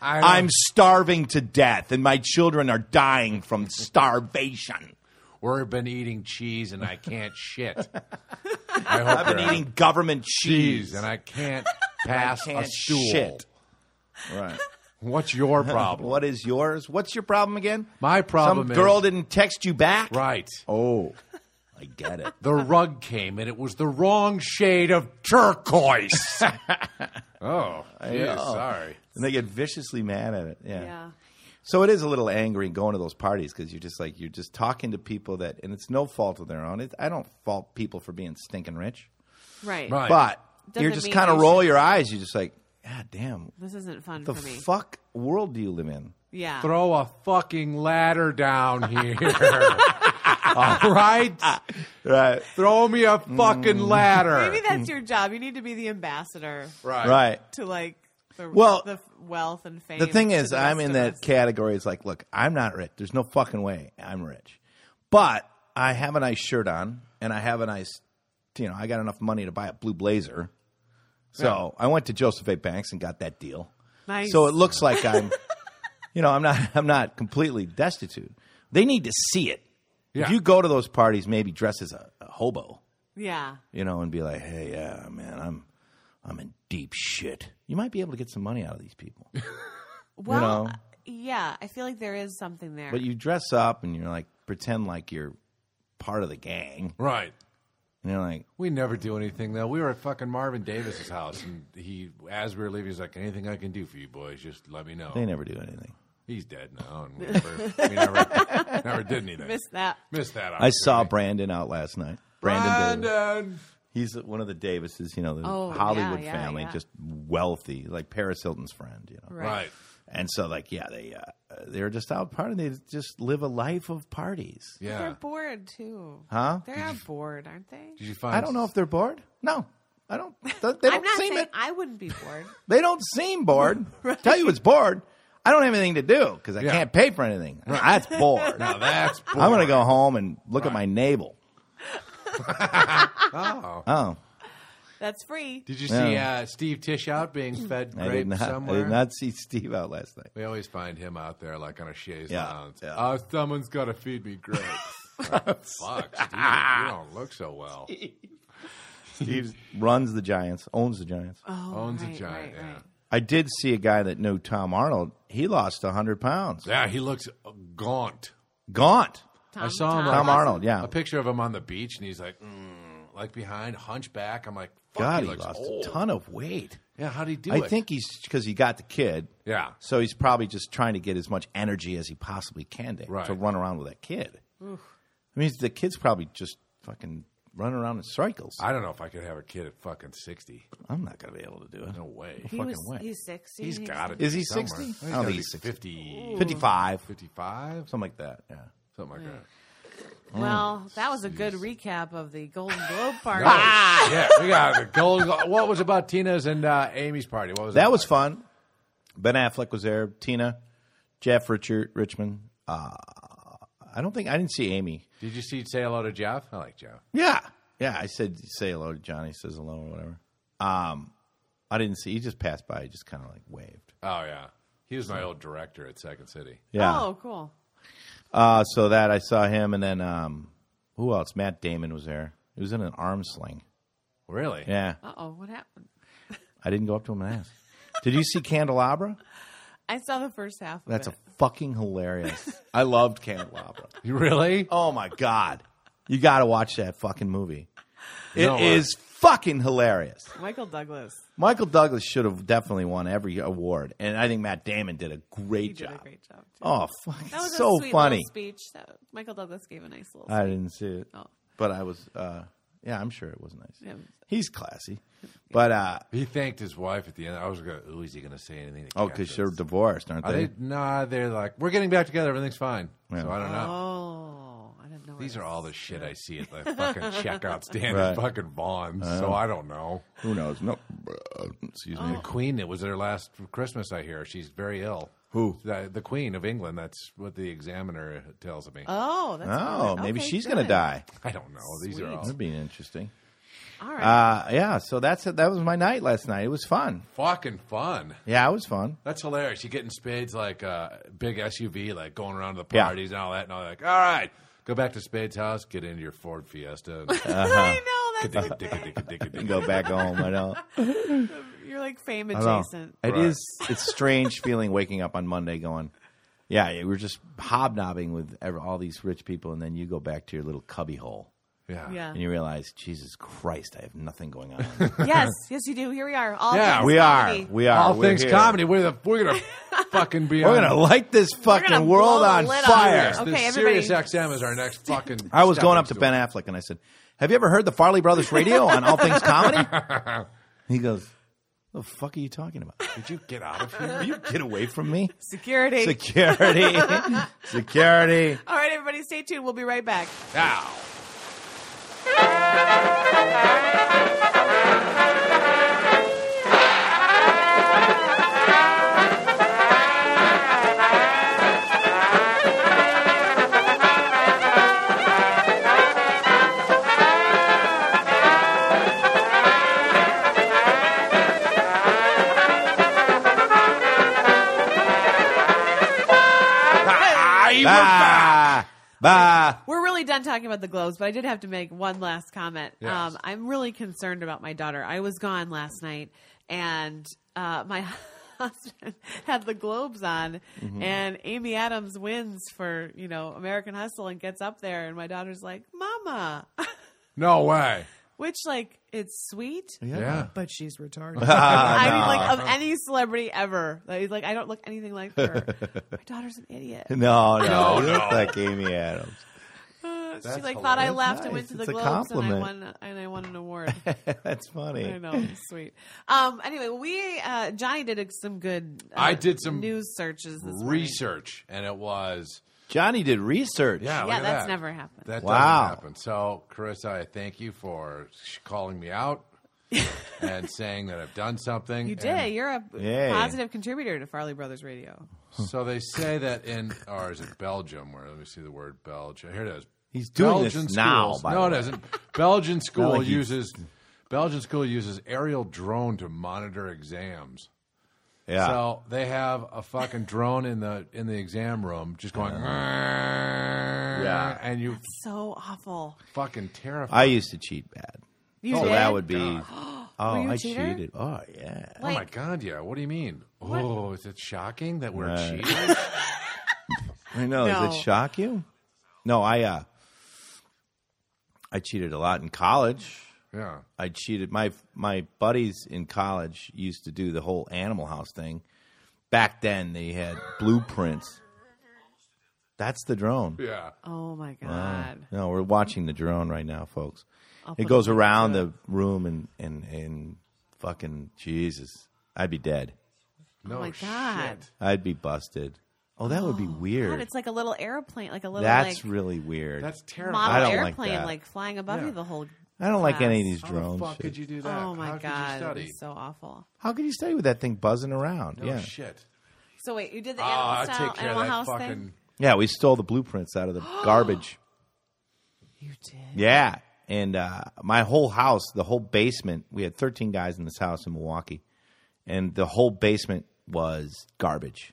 Speaker 1: I
Speaker 2: I'm starving to death, and my children are dying from starvation.
Speaker 1: we've been eating cheese and I can't shit. I hope
Speaker 2: I've been
Speaker 1: they're-
Speaker 2: eating government cheese,
Speaker 1: cheese and I can't pass
Speaker 2: can't
Speaker 1: a stool.
Speaker 2: shit." Right.
Speaker 1: What's your problem?
Speaker 2: What is yours? What's your problem again?
Speaker 1: My problem
Speaker 2: Some
Speaker 1: is
Speaker 2: girl didn't text you back.
Speaker 1: right.
Speaker 2: Oh, I get it.
Speaker 1: The rug came and it was the wrong shade of turquoise. oh, geez,
Speaker 2: know.
Speaker 1: sorry.
Speaker 2: And they get viciously mad at it.
Speaker 3: Yeah.
Speaker 2: So it is a little angry going to those parties because you're just like you're just talking to people that, and it's no fault of their own. It, I don't fault people for being stinking rich,
Speaker 3: Right.
Speaker 1: Right.
Speaker 2: but
Speaker 3: Doesn't
Speaker 2: you're just
Speaker 3: mean
Speaker 2: kind of
Speaker 3: you
Speaker 2: roll
Speaker 3: should-
Speaker 2: your eyes. You're just like, God damn,
Speaker 3: This isn't fun
Speaker 2: the
Speaker 3: for me.
Speaker 2: fuck world do you live in?
Speaker 3: yeah.
Speaker 1: Throw a fucking ladder down here. All right?
Speaker 2: Right,
Speaker 1: Throw me a fucking
Speaker 2: Mm.
Speaker 1: ladder.
Speaker 3: Maybe that's your job. You need to be the ambassador
Speaker 1: right.
Speaker 2: right.
Speaker 3: to like the,
Speaker 2: Well,
Speaker 3: the wealth and fame.
Speaker 2: The thing
Speaker 3: to
Speaker 2: is,
Speaker 3: the
Speaker 2: I'm
Speaker 3: rest
Speaker 2: in
Speaker 3: of
Speaker 2: that
Speaker 3: us.
Speaker 2: category. It's like, look, I'm not rich. There's no fucking way I'm rich, but I have a nice shirt on, and I have a nice, you know, I got enough money to buy a blue blazer. So I went to Joseph A. Banks and got that deal.
Speaker 3: Nice.
Speaker 2: So it looks like I'm, you know, I'm not, I'm not completely destitute. They need to see it.
Speaker 1: Yeah.
Speaker 2: If you go to those parties, maybe dress as a, a hobo,
Speaker 3: yeah.
Speaker 2: you know, and be like, "Hey, yeah, man, I'm, I'm in deep shit." You might be able to get some money out of these people,
Speaker 3: Well, uh,
Speaker 2: know.
Speaker 3: yeah. I feel like there is something there.
Speaker 2: but you dress up and you're like, pretend like you're part of the gang,
Speaker 1: Right.
Speaker 2: and you're like,
Speaker 1: We never do anything though. We were at fucking Marvin Davis's house, and he, as we were leaving, he's like, "Anything I can do for you boys, just let me know."
Speaker 2: they never do anything.
Speaker 1: He's dead now, and we never, we never, never did anything.
Speaker 3: Missed that.
Speaker 1: Missed that.
Speaker 2: I saw Brandon out last night. Brandon, Davis.
Speaker 1: Brandon.
Speaker 2: He's one of the Davises, you know, the
Speaker 3: Oh,
Speaker 2: Hollywood
Speaker 3: yeah, yeah,
Speaker 2: family,
Speaker 3: yeah.
Speaker 2: just wealthy, like Paris Hilton's friend, you know.
Speaker 1: Right.
Speaker 2: And so, like, yeah, they uh, they're just out partying. They just live a life of parties,
Speaker 1: Yeah.
Speaker 3: They're bored too.
Speaker 2: huh?
Speaker 3: They are bored, aren't they?
Speaker 1: Did you find?
Speaker 2: I don't know if they're bored. No, I don't. th- They
Speaker 3: I'm
Speaker 2: don't
Speaker 3: not
Speaker 2: seem
Speaker 3: saying
Speaker 2: it.
Speaker 3: I wouldn't be bored.
Speaker 2: They don't seem bored. Tell you it's bored. I don't have anything to do because I
Speaker 1: Yeah.
Speaker 2: can't pay for anything. That's bored.
Speaker 1: Now that's.
Speaker 2: I'm gonna go home and look at my navel.
Speaker 1: Oh.
Speaker 2: Oh,
Speaker 3: That's free.
Speaker 1: Did you see uh, Steve Tish out being fed
Speaker 2: I did
Speaker 1: grape
Speaker 2: not.
Speaker 1: somewhere?
Speaker 2: I did not see Steve out last night.
Speaker 1: We always find him out there like on a chaise
Speaker 2: Yeah,
Speaker 1: lounge.
Speaker 2: yeah.
Speaker 1: Oh, someone's got to feed me grapes. Like, Fuck, Steve, you don't look so well.
Speaker 2: Steve runs the Giants, owns the Giants.
Speaker 3: Oh,
Speaker 1: Owns
Speaker 3: right,
Speaker 1: a giant.
Speaker 3: right,
Speaker 1: yeah.
Speaker 3: right.
Speaker 2: I did see a guy that knew Tom Arnold. He lost 100 pounds.
Speaker 1: yeah, he looks uh, gaunt.
Speaker 2: Gaunt.
Speaker 1: I saw him
Speaker 2: Tom
Speaker 1: Awesome.
Speaker 2: Arnold, yeah.
Speaker 1: A picture of him on the beach, and he's like, mm, like behind, hunchback. I'm like, fuck, he
Speaker 2: God, he
Speaker 1: looks
Speaker 2: lost
Speaker 1: old.
Speaker 2: a ton of weight.
Speaker 1: Yeah, how'd he do
Speaker 2: I
Speaker 1: it?
Speaker 2: think he's because he got the kid.
Speaker 1: Yeah.
Speaker 2: So he's probably just trying to get as much energy as he possibly can to,
Speaker 1: Right.
Speaker 2: to run around with that kid. I mean, the kid's probably just fucking running around in circles. I,
Speaker 1: I don't know if I could have a kid at fucking 60.
Speaker 2: am not going to be able to do it.
Speaker 1: No way.
Speaker 3: He
Speaker 2: fucking
Speaker 3: was,
Speaker 2: way.
Speaker 3: He's 60.
Speaker 1: He's got it.
Speaker 2: Is he 60? I
Speaker 1: He's
Speaker 2: don't
Speaker 1: got
Speaker 2: think
Speaker 1: to be
Speaker 2: he's 60.
Speaker 1: 50,
Speaker 2: 55,
Speaker 1: 55,
Speaker 2: something like that. Yeah.
Speaker 1: something like that.
Speaker 2: Mm.
Speaker 3: Well, that was a good recap of the Golden Globe party.
Speaker 2: Ah.
Speaker 1: yeah, we got the gold. What was about Tina's and uh, Amy's party? What was
Speaker 2: That was
Speaker 1: about?
Speaker 2: fun. Ben Affleck was there. Tina, Jeff Richard Richmond. Uh, I don't think I didn't see Amy.
Speaker 1: Did you see say hello to Jeff? I like Jeff.
Speaker 2: Yeah, yeah. I said say hello to Johnny. Says hello or whatever. Um, I didn't see. He just passed by. He just kind of like waved.
Speaker 1: Oh yeah, he was my old director at Second City.
Speaker 2: Yeah.
Speaker 3: Oh, cool.
Speaker 2: Uh, so that I saw him, and then um, who else? Matt Damon was there. He was in an arm sling.
Speaker 1: Really?
Speaker 2: Yeah.
Speaker 3: Uh oh, what happened?
Speaker 2: I didn't go up to him and ask. Did you see Candelabra?
Speaker 3: I saw the first half. Of
Speaker 2: That's a
Speaker 3: it.
Speaker 2: fucking hilarious. I loved Candelabra.
Speaker 1: You really?
Speaker 2: Oh my god. You got to watch that fucking movie. It is
Speaker 1: No, uh,
Speaker 2: fucking hilarious.
Speaker 3: Michael Douglas.
Speaker 2: Michael Douglas should have definitely won every award, and I think Matt Damon did a great
Speaker 3: He
Speaker 2: job.
Speaker 3: did a great job. Too.
Speaker 2: Oh, fuck,
Speaker 3: that was
Speaker 2: it's so
Speaker 3: a sweet
Speaker 2: funny.
Speaker 3: little speech. That Michael Douglas gave a nice little.
Speaker 2: I didn't see it,
Speaker 3: Oh.
Speaker 2: but I was. Uh, yeah, I'm sure it was nice.
Speaker 3: Yeah.
Speaker 2: He's classy, but uh,
Speaker 1: He thanked his wife at the end. I was going, ooh, is he going to say anything? To
Speaker 2: oh,
Speaker 1: catch
Speaker 2: because
Speaker 1: us?
Speaker 2: they're divorced, aren't
Speaker 1: Are
Speaker 2: they?
Speaker 1: they? Nah, they're like, we're getting back together. Everything's fine. So I don't know.
Speaker 3: oh, I didn't know.
Speaker 1: These
Speaker 3: it
Speaker 1: are
Speaker 3: was-
Speaker 1: all the shit I see at the fucking checkout stand
Speaker 2: Right. Uh-huh.
Speaker 1: at fucking Vaughn's. So I don't know.
Speaker 2: Who knows? No, excuse me.
Speaker 3: Oh.
Speaker 1: The Queen. It was their last Christmas. I hear she's very ill.
Speaker 2: Who?
Speaker 1: The, the Queen of England. That's what the Examiner tells me.
Speaker 3: Oh, that's
Speaker 2: Oh,
Speaker 3: good.
Speaker 2: maybe
Speaker 3: Okay,
Speaker 2: she's
Speaker 3: good.
Speaker 2: gonna die.
Speaker 1: I don't know. These are all
Speaker 2: That'd be interesting.
Speaker 3: All right.
Speaker 2: Uh, yeah, so that's it. That was my night last night. It was fun.
Speaker 1: fucking fun.
Speaker 2: Yeah, it was fun.
Speaker 1: That's hilarious. You get in spades like uh, big SUV, like going around to the
Speaker 2: Yeah.
Speaker 1: parties and all that, and all like, all right, go back to Spades' house, get into your Ford Fiesta, and
Speaker 2: uh-huh.
Speaker 3: I know. That's
Speaker 2: and go back home. I know.
Speaker 3: you're like fame
Speaker 2: I know.
Speaker 3: adjacent.
Speaker 2: It
Speaker 1: Right.
Speaker 2: is- It's strange feeling waking up on Monday going, yeah, yeah, we were just hobnobbing with ev- all these rich people, and then you go back to your little cubbyhole
Speaker 1: yeah,
Speaker 3: Yeah.
Speaker 2: and you realize, Jesus Christ, I have nothing going on.
Speaker 3: yes. Yes, you do. Here we are. All
Speaker 1: Yeah,
Speaker 3: things
Speaker 2: we are.
Speaker 3: comedy.
Speaker 2: We are.
Speaker 1: All
Speaker 2: We're
Speaker 1: things
Speaker 2: here.
Speaker 1: comedy. We're the we're gonna fucking be.
Speaker 2: We're
Speaker 1: on-
Speaker 2: gonna light this
Speaker 3: We're gonna
Speaker 2: fucking world
Speaker 3: blow the
Speaker 2: on
Speaker 3: lid
Speaker 2: fire.
Speaker 3: this.
Speaker 1: The
Speaker 3: Okay, everybody.
Speaker 1: Sirius XM is our next fucking.
Speaker 2: I was
Speaker 1: stepping
Speaker 2: going up to
Speaker 1: stool.
Speaker 2: Ben Affleck and I said, "Have you ever heard the Farley Brothers radio on All Things Comedy?" He goes, "The fuck are you talking about?
Speaker 1: Did you get out of here?
Speaker 2: Will you get away from me?"
Speaker 3: Security.
Speaker 2: Security, security.
Speaker 3: all right, everybody, stay tuned. We'll be right back.
Speaker 1: Now. Ah,
Speaker 2: Bah, bah.
Speaker 3: We're really done talking about the globes, but I did have to make one last comment.
Speaker 1: Yes.
Speaker 3: Um, I'm really concerned about my daughter. I was gone last night, and uh, my husband had the globes on,
Speaker 1: Mm-hmm.
Speaker 3: and Amy Adams wins for you know American Hustle and gets up there, and my daughter's like, "Mama,"
Speaker 1: No way.
Speaker 3: which like it's sweet,
Speaker 1: Yeah.
Speaker 3: but she's retarded.
Speaker 2: Ah,
Speaker 3: I mean, like of any celebrity ever. Like, like, I don't look anything like her. my daughter's an idiot.
Speaker 2: No, no,
Speaker 1: No,
Speaker 2: you look
Speaker 1: no.
Speaker 2: like Amy Adams.
Speaker 3: Uh, she
Speaker 1: That's
Speaker 3: like thought I
Speaker 2: hilarious.
Speaker 3: left
Speaker 2: Nice.
Speaker 3: and went to the
Speaker 2: It's a
Speaker 3: Globes and I
Speaker 2: compliment.
Speaker 3: won and I won an award.
Speaker 2: That's funny.
Speaker 3: I know, it's sweet. Um, anyway, we uh, Johnny did some good. Uh,
Speaker 1: I did some
Speaker 3: news searches this morning.
Speaker 1: Research, and it was
Speaker 2: Johnny did research.
Speaker 1: yeah. look
Speaker 3: Yeah,
Speaker 1: at
Speaker 3: that's
Speaker 1: that.
Speaker 3: never happened.
Speaker 1: That
Speaker 2: Wow.
Speaker 1: doesn't happen. So, Carissa, I thank you for sh- calling me out and saying that I've done something.
Speaker 3: you
Speaker 1: And
Speaker 3: did. You're a
Speaker 2: Yay.
Speaker 3: positive contributor to Farley Brothers Radio.
Speaker 1: So they say that in, or is it Belgium? Where let me see the word Belgium. Here it is.
Speaker 2: He's doing this
Speaker 1: Belgian
Speaker 2: now,
Speaker 1: schools-
Speaker 2: by
Speaker 1: no,
Speaker 2: the
Speaker 1: it
Speaker 2: way.
Speaker 1: isn't. Belgian school
Speaker 2: like he's-
Speaker 1: uses Belgian school uses aerial drone to monitor exams.
Speaker 2: Yeah.
Speaker 1: So they have a fucking drone in the in the exam room, just going.
Speaker 2: Uh-huh. Yeah.
Speaker 1: and you
Speaker 3: So awful.
Speaker 1: fucking terrified.
Speaker 2: I used to cheat bad.
Speaker 3: You
Speaker 2: so
Speaker 3: did.
Speaker 2: that would be. Oh,
Speaker 3: Were you a
Speaker 2: I
Speaker 3: cheater?
Speaker 2: cheated. Oh, yeah.
Speaker 1: oh
Speaker 3: like-
Speaker 1: my god, yeah. What do you mean? Oh, is it shocking that we're
Speaker 2: Right.
Speaker 1: cheating?
Speaker 2: I know. Does
Speaker 3: No.
Speaker 2: it shock you? No, I. uh I cheated a lot in college.
Speaker 1: yeah.
Speaker 2: I cheated. My my buddies in college used to do the whole Animal House thing. Back then, they had blueprints. That's the drone.
Speaker 1: Yeah.
Speaker 3: Oh my god.
Speaker 2: No, we're watching the drone right now, folks.
Speaker 3: I'll put
Speaker 2: it goes around the room and and and fucking Jesus, I'd be dead.
Speaker 1: No
Speaker 3: Oh my
Speaker 1: shit.
Speaker 3: God.
Speaker 2: I'd be busted. Oh, that would be weird.
Speaker 3: God, it's like a little airplane, like a little
Speaker 2: That's
Speaker 3: like
Speaker 2: really weird.
Speaker 1: That's terrible.
Speaker 3: model
Speaker 2: I don't like
Speaker 3: airplane, like,
Speaker 2: that.
Speaker 3: flying above
Speaker 1: Yeah.
Speaker 3: you the whole.
Speaker 2: I don't like any of
Speaker 3: class.
Speaker 2: these
Speaker 1: How the
Speaker 2: drones.
Speaker 1: fuck could you do that?
Speaker 3: Oh my
Speaker 1: How
Speaker 3: god,
Speaker 1: Could
Speaker 3: it'd
Speaker 1: you
Speaker 3: be
Speaker 1: study?
Speaker 3: so awful.
Speaker 2: How could you stay with that thing buzzing around?
Speaker 1: No
Speaker 2: yeah,
Speaker 1: shit.
Speaker 3: So wait, you did the
Speaker 1: Oh,
Speaker 3: animal
Speaker 1: I
Speaker 3: style,
Speaker 1: take care of
Speaker 3: animal
Speaker 1: that
Speaker 3: house
Speaker 1: fucking.
Speaker 3: thing.
Speaker 2: yeah. We stole the blueprints out of the garbage.
Speaker 3: You did.
Speaker 2: Yeah, and uh, my whole house, the whole basement. We had thirteen guys in this house in Milwaukee, and the whole basement was garbage.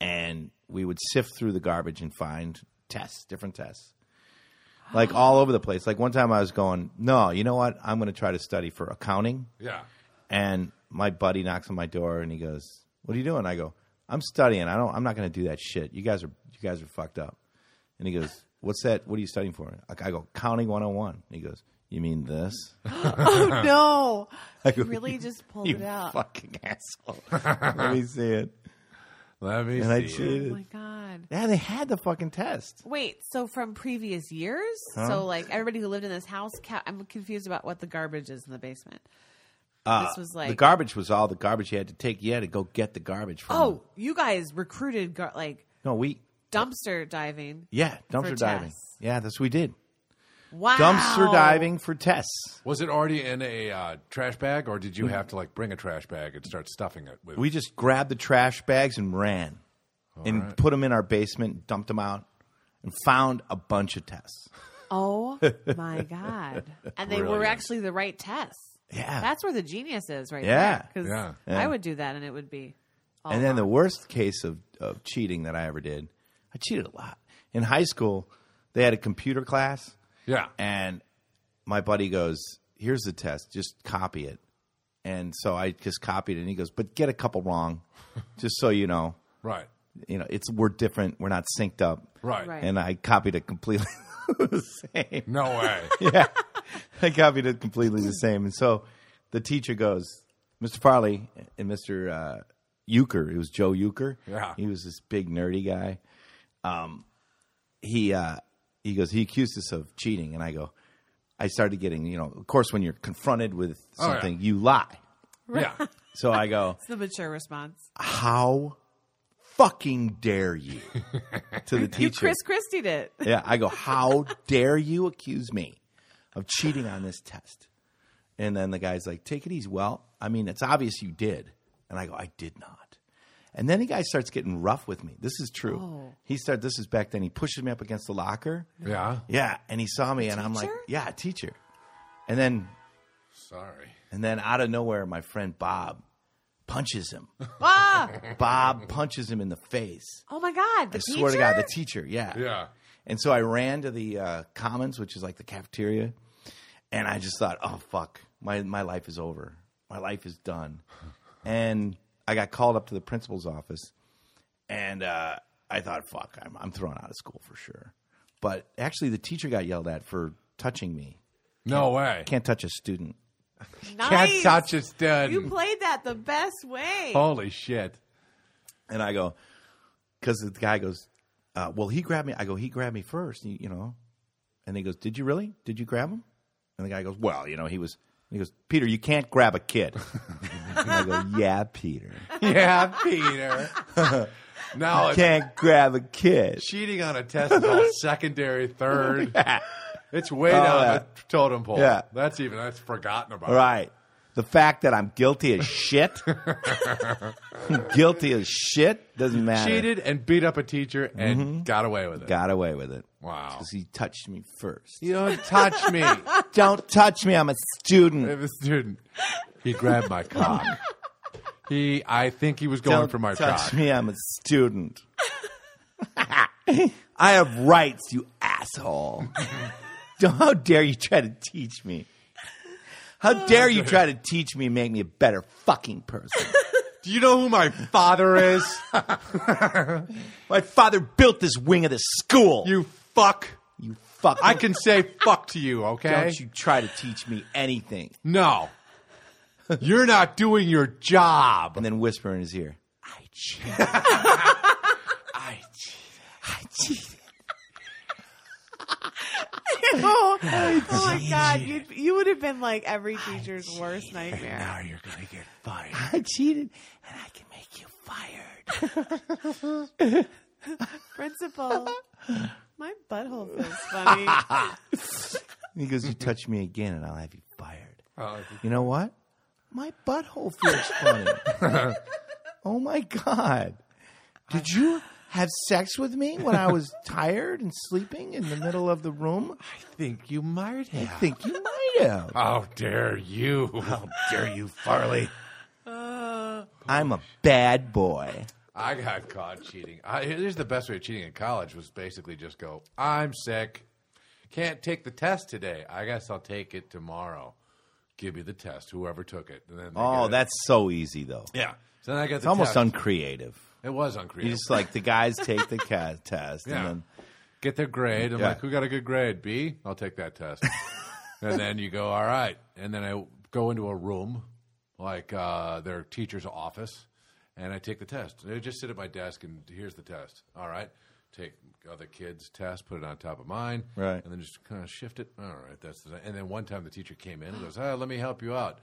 Speaker 2: And we would sift through the garbage and find tests, different tests, like all over the place. Like one time, I was going, "No, you know what? I'm going to try to study for accounting."
Speaker 1: Yeah.
Speaker 2: And my buddy knocks on my door and he goes, "What are you doing?" I go, "I'm studying. I don't. I'm not going to do that shit. You guys are. You guys are fucked up." And he goes, "What's that? What are you studying for?" I go, "Counting 101." And he goes, "You mean this?"
Speaker 3: Oh no!
Speaker 2: go,
Speaker 3: you really just pulled
Speaker 2: you
Speaker 3: it out.
Speaker 2: fucking asshole. Let me see it.
Speaker 1: Let me
Speaker 2: And
Speaker 1: see.
Speaker 2: I
Speaker 1: it.
Speaker 3: Oh
Speaker 2: cheated.
Speaker 3: my god!
Speaker 2: yeah, they had the fucking test.
Speaker 3: Wait, so from previous years, so like everybody who lived in this house, ca- I'm confused about what the garbage is in the basement. this was
Speaker 2: Uh, the
Speaker 3: like,
Speaker 2: garbage was all the garbage you had to take. You had to go get the garbage from.
Speaker 3: oh, you guys recruited gar- like
Speaker 2: no, we
Speaker 3: dumpster diving.
Speaker 2: yeah dumpster diving.
Speaker 3: tests.
Speaker 2: Yeah, that's what we did.
Speaker 3: Wow,
Speaker 2: Dumpster diving for tests.
Speaker 1: Was it already in a uh, trash bag, or did you have to like bring a trash bag and start stuffing it? With,
Speaker 2: We just grabbed the trash bags and ran and put them in our basement, dumped them out, and found a bunch of tests.
Speaker 3: Oh my god! And they were
Speaker 1: Brilliant.
Speaker 3: actually the right tests.
Speaker 2: Yeah.
Speaker 3: that's where the genius is, right
Speaker 2: Yeah.
Speaker 3: there. 'Cause
Speaker 1: Yeah.
Speaker 2: Yeah.
Speaker 3: I would do that, and it would be. all
Speaker 2: and then the
Speaker 3: wrong.
Speaker 2: worst case of, of cheating that I ever did, I cheated a lot. In high school, they had a computer class,
Speaker 1: yeah.
Speaker 2: and my buddy goes, Here's the test, just copy it. And so I just copied it, and he goes, But get a couple wrong, just so you know.
Speaker 1: Right.
Speaker 2: You know, it's we're different. We're not synced up.
Speaker 1: Right.
Speaker 3: Right.
Speaker 2: And I copied it completely the same.
Speaker 1: No way.
Speaker 2: yeah. I copied it completely the same. And so the teacher goes, Mr. Farley and Mr. Uh, Euchre, it was Joe Euchre.
Speaker 1: Yeah.
Speaker 2: He was this big nerdy guy. Um, he uh, he goes, he accused us of cheating. And I go, I started getting, you know, of course, when you're confronted with
Speaker 1: Oh, yeah.
Speaker 2: something, you lie.
Speaker 1: yeah.
Speaker 2: So I go,
Speaker 3: It's the mature response.
Speaker 2: how fucking dare you to the teacher?
Speaker 3: You Chris Christie did.
Speaker 2: Yeah, I go, how dare you accuse me of cheating on this test? And then the guy's like, take it easy. Well, I mean, it's obvious you did. And I go, I did not. And then the guy starts getting rough with me. This is true.
Speaker 3: Oh.
Speaker 2: He started, this is back then. He pushes me up against the locker.
Speaker 1: Yeah.
Speaker 2: Yeah. And he saw me and I'm like,
Speaker 3: teacher?
Speaker 2: yeah, a teacher. And then,
Speaker 1: Sorry.
Speaker 2: and then out of nowhere, my friend Bob punches him.
Speaker 3: Ah!
Speaker 2: Bob punches him in the face.
Speaker 3: Oh my God! The
Speaker 2: I swear to God,
Speaker 3: teacher?
Speaker 2: the teacher. Yeah.
Speaker 1: Yeah.
Speaker 2: And so I ran to the uh, commons, which is like the cafeteria, and I just thought, oh fuck, my my life is over. My life is done. And I got called up to the principal's office, and uh, I thought, fuck, I'm I'm thrown out of school for sure. But actually, the teacher got yelled at for touching me.
Speaker 1: No way.
Speaker 2: Can't touch a student.
Speaker 3: Nice.
Speaker 1: Can't touch it, dude.
Speaker 3: You played that the best
Speaker 2: Oh,
Speaker 3: way.
Speaker 1: Holy shit.
Speaker 2: And I go, because the guy goes, uh, well, he grabbed me. I go, he grabbed me first, you, you know. And he goes, did you really? Did you grab him? And the guy goes, well, you know, he was. He goes, Peter, you can't grab a kid. and I go, yeah, Peter,
Speaker 1: Yeah, Peter. now it's
Speaker 2: can't grab a kid.
Speaker 1: cheating on a test is all secondary, third. It's way down
Speaker 2: Oh, yeah.
Speaker 1: the totem pole.
Speaker 2: Yeah.
Speaker 1: That's even that's forgotten about.
Speaker 2: Right. The fact that I'm guilty as shit, guilty as shit, doesn't matter.
Speaker 1: Cheated and beat up a teacher and got away with it.
Speaker 2: Mm-hmm. Got away with it.
Speaker 1: Wow.
Speaker 2: Because he touched me first.
Speaker 1: You don't touch me. I'm
Speaker 2: Don't touch me. I'm a student.
Speaker 1: a student. He grabbed my cock. He, I think he was going
Speaker 2: Don't
Speaker 1: for my
Speaker 2: touch
Speaker 1: cock.
Speaker 2: me. I'm a student. I have rights, you asshole. Don't- How dare you try to teach me?
Speaker 1: Oh,
Speaker 2: How dare you try to teach me and make me a better fucking person?
Speaker 1: Do you know who my father is?
Speaker 2: My father built this wing of this school.
Speaker 1: you fuck.
Speaker 2: you fuck.
Speaker 1: I can say fuck to you, okay?
Speaker 2: Don't you try to teach me anything.
Speaker 1: No. You're not doing your job.
Speaker 2: And then whisper in his ear. I cheated.
Speaker 1: I
Speaker 2: I cheated.
Speaker 3: oh, oh my God! You you would have been like every teacher's worst nightmare.
Speaker 1: you're gonna get fired.
Speaker 2: I cheated. And I can make you fired.
Speaker 3: Principal, my butthole feels funny. Oh
Speaker 2: And he goes, You touch me again and I'll have you fired.
Speaker 1: Oh,
Speaker 2: You know what? My butthole feels funny. oh my God. Did you have sex with me when I was tired and sleeping in the middle of the room?
Speaker 1: I think you might
Speaker 2: I
Speaker 1: have.
Speaker 2: think you might have.
Speaker 1: How dare you? How dare you, Farley?
Speaker 2: I'm a bad boy.
Speaker 1: I got caught cheating. I, here's the best way of cheating in college was basically just go, I'm sick. Can't take the test today. I guess I'll take it tomorrow. Give me the test, whoever took it. And then they
Speaker 2: Oh,
Speaker 1: get it.
Speaker 2: that's so easy, though.
Speaker 1: Yeah. So then I got the
Speaker 2: It's almost
Speaker 1: test.
Speaker 2: uncreative.
Speaker 1: It was
Speaker 2: You
Speaker 1: uncreative.
Speaker 2: just like the guys take the ca- test,
Speaker 1: Yeah.
Speaker 2: and then
Speaker 1: get their grade. I'm
Speaker 2: Yeah.
Speaker 1: like, who got a good grade? B. I'll take that test. and then you go, all right. And then I go into a room, like uh, their teacher's office, and I take the test. They just sit at my desk and here's the test. All right. Take other kids' test, put it on top of mine,
Speaker 2: Right.
Speaker 1: And then just kind of shift it. All right, that's the. And then one time the teacher came in and goes, ah, "Let me help you out.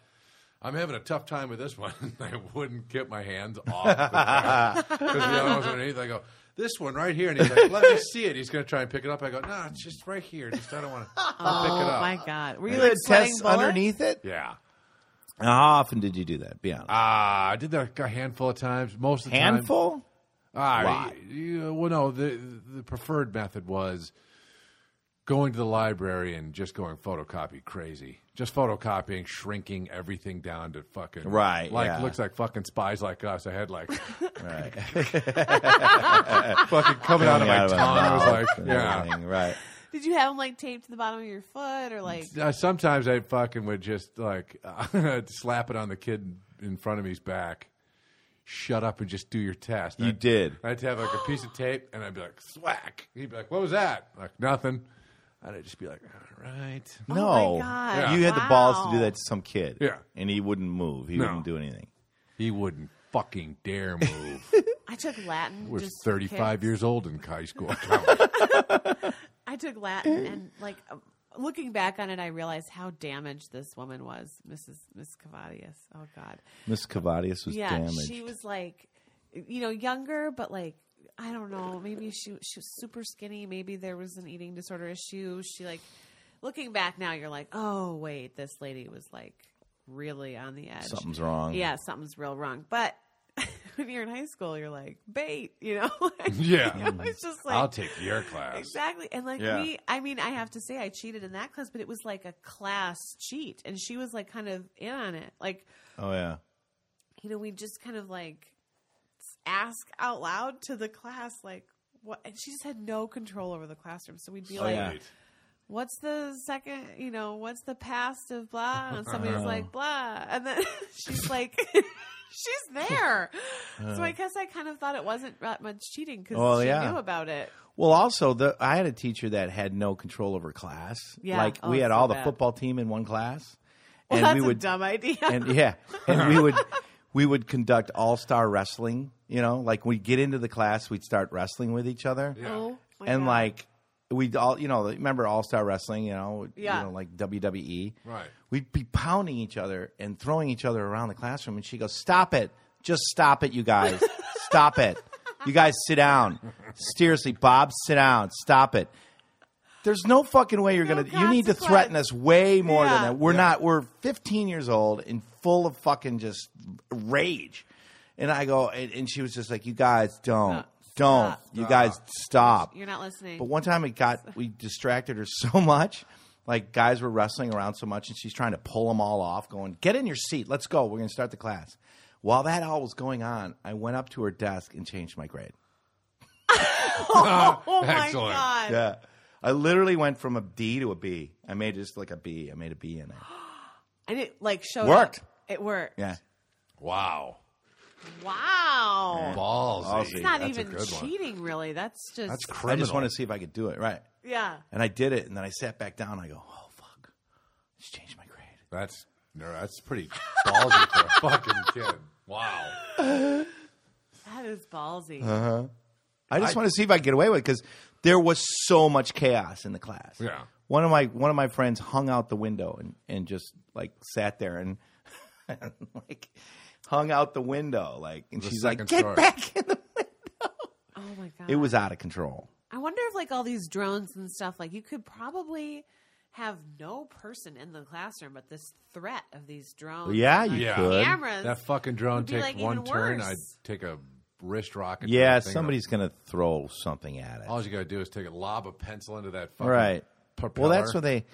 Speaker 1: I'm having a tough time with this one. I wouldn't get my hands off the because the other one was underneath. I go, this one right here, and he's like, let me see it. He's going to try and pick it up. I go, no, it's just right here. Just I don't want to pick it
Speaker 3: Oh
Speaker 1: up.
Speaker 3: my God! Were you
Speaker 2: You had
Speaker 3: like sweating
Speaker 2: tests
Speaker 3: bullets?
Speaker 2: underneath it.
Speaker 1: Yeah,
Speaker 2: How often did you do that? Be honest.
Speaker 1: ah, I did that a handful of times. Most of the time,
Speaker 2: Handful.
Speaker 1: Ah,
Speaker 2: Why?
Speaker 1: y- you- uh, well, no, the the preferred method was going to the library and just going photocopy crazy, just photocopying, shrinking everything down to fucking
Speaker 2: Right,
Speaker 1: Like
Speaker 2: yeah.
Speaker 1: looks like fucking spies like us. I had like
Speaker 2: Right.
Speaker 1: fucking coming out of my
Speaker 2: Out of
Speaker 1: tongue.
Speaker 2: my
Speaker 1: I was
Speaker 2: mouth
Speaker 1: like,
Speaker 2: and
Speaker 1: yeah.
Speaker 2: everything, Right.
Speaker 3: Did you have them like taped to the bottom of your foot or like?
Speaker 1: Uh, sometimes I fucking would just like slap it on the kid in front of me's back. Shut up and just do your test.
Speaker 2: You
Speaker 1: I'd-
Speaker 2: did.
Speaker 1: I'd have like a piece of tape, and I'd be like, "Swack." He'd be like, "What was that?" Like nothing. And I'd just be like, "All right."
Speaker 2: No.
Speaker 3: my God.
Speaker 1: Yeah.
Speaker 2: You had the balls to
Speaker 3: Wow.
Speaker 2: do that to some kid.
Speaker 1: Yeah.
Speaker 2: And he wouldn't move. He
Speaker 1: No.
Speaker 2: wouldn't do anything.
Speaker 1: He wouldn't fucking dare move.
Speaker 3: I took Latin.
Speaker 1: was
Speaker 3: just
Speaker 1: thirty-five
Speaker 3: kids.
Speaker 1: years old in high school.
Speaker 3: I took Latin,
Speaker 2: Mm-hmm.
Speaker 3: and like uh, looking back on it, I realized how damaged this woman was, Mrs. Miss Cavadius. Oh God,
Speaker 2: Miss Cavadius was
Speaker 3: yeah,
Speaker 2: damaged.
Speaker 3: she was like, you know, younger, but like I don't know, maybe she she was super skinny. Maybe there was an eating disorder issue. She like looking back now, you're like, oh wait, this lady was like really on the edge.
Speaker 2: Something's wrong.
Speaker 3: Yeah, something's real wrong, but. When you're in high school, you're like bait, you know.
Speaker 1: yeah,
Speaker 3: it's just like
Speaker 1: I'll take your class.
Speaker 3: Exactly. And like
Speaker 2: Yeah.
Speaker 3: we I mean, I have to say I cheated in that class, but it was like a class cheat and she was like kind of in on it. Like
Speaker 2: Oh yeah.
Speaker 3: you know, we just kind of like ask out loud to the class, like, what? And she just had no control over the classroom. So we'd be like,
Speaker 2: Oh, yeah.
Speaker 3: what's the second, you know, what's the past of blah? And somebody's like, blah. And then she's like, she's there. So I guess I kind of thought it wasn't that much cheating because
Speaker 2: Uh. Well,
Speaker 3: she
Speaker 2: yeah.
Speaker 3: knew about it.
Speaker 2: Well, also the I had a teacher that had no control over class.
Speaker 3: Yeah.
Speaker 2: like
Speaker 3: Oh,
Speaker 2: we had
Speaker 3: so
Speaker 2: all the
Speaker 3: bad.
Speaker 2: football team in one class,
Speaker 3: Well,
Speaker 2: and
Speaker 3: that's
Speaker 2: we would
Speaker 3: a dumb idea.
Speaker 2: and yeah, and we would we would conduct all star wrestling. You know, like we would get into the class, we'd start wrestling with each other,
Speaker 1: Yeah.
Speaker 3: oh, my
Speaker 2: and
Speaker 3: God.
Speaker 2: like we'd all you know remember all star wrestling. You know,
Speaker 3: Yeah.
Speaker 2: you know, like WWE.
Speaker 1: Right.
Speaker 2: We'd be pounding each other and throwing each other around the classroom, and she goes, "Stop it! Just stop it, you guys! stop it! You guys sit down. Seriously, Bob, sit down. Stop it." There's no fucking way you're
Speaker 3: No
Speaker 2: gonna. You need to threaten
Speaker 3: consequence.
Speaker 2: us way more than
Speaker 3: Yeah.
Speaker 2: that. We're
Speaker 1: Yeah.
Speaker 2: not. We're 15 years old and full of fucking just rage. And I go, and, and she was just like, "You guys don't, don't,
Speaker 3: Stop.
Speaker 2: you guys stop."
Speaker 3: you're not listening.
Speaker 2: But one time it got we distracted her so much, like guys were wrestling around so much, and she's trying to pull them all off, going, "Get in your seat, let's go, we're going to start the class." While that all was going on, I went up to her desk and changed my grade.
Speaker 3: oh, my
Speaker 1: Excellent.
Speaker 3: God.
Speaker 2: Yeah, I literally went from a D to a B. I made just like a B. I made a B in it.
Speaker 3: And it like showed
Speaker 2: Worked.
Speaker 3: Up. It worked.
Speaker 2: Yeah,
Speaker 1: Wow.
Speaker 3: Wow.
Speaker 1: Balls.
Speaker 2: Ballsy.
Speaker 3: It's not
Speaker 1: That's a
Speaker 3: even
Speaker 1: good one.
Speaker 3: cheating, really. That's just
Speaker 1: That's
Speaker 2: I
Speaker 1: criminal.
Speaker 2: just want to see if I could do it right,
Speaker 3: yeah.
Speaker 2: and I did it. And then I sat back down. and I go, "Oh fuck, she changed my grade."
Speaker 1: That's no, that's pretty ballsy for a fucking kid. Wow.
Speaker 3: That is ballsy.
Speaker 2: Uh-huh. I just want to see if I can get away with it because there was so much chaos in the class.
Speaker 1: Yeah.
Speaker 2: One of my one of my friends hung out the window and, and just like sat there and, and, like hung out the window like and
Speaker 1: The
Speaker 2: she's like
Speaker 1: second
Speaker 2: get
Speaker 1: story."
Speaker 2: back in the
Speaker 3: oh my god.
Speaker 2: It was out of control.
Speaker 3: I wonder if like all these drones and stuff, like you could probably have no person in the classroom, but this threat of these drones.
Speaker 2: Yeah,
Speaker 3: and,
Speaker 2: you
Speaker 1: Yeah.
Speaker 2: could.
Speaker 3: Cameras.
Speaker 1: That fucking drone
Speaker 3: Would be,
Speaker 1: takes
Speaker 3: like,
Speaker 1: one
Speaker 3: even
Speaker 1: turn.
Speaker 3: worse.
Speaker 1: I'd take a wrist rocket. to
Speaker 2: Yeah,
Speaker 1: that thing.
Speaker 2: somebody's gonna throw something at it.
Speaker 1: All you gotta do is take a lob a pencil into that fucking
Speaker 2: right.
Speaker 1: propeller.
Speaker 2: Well, that's what they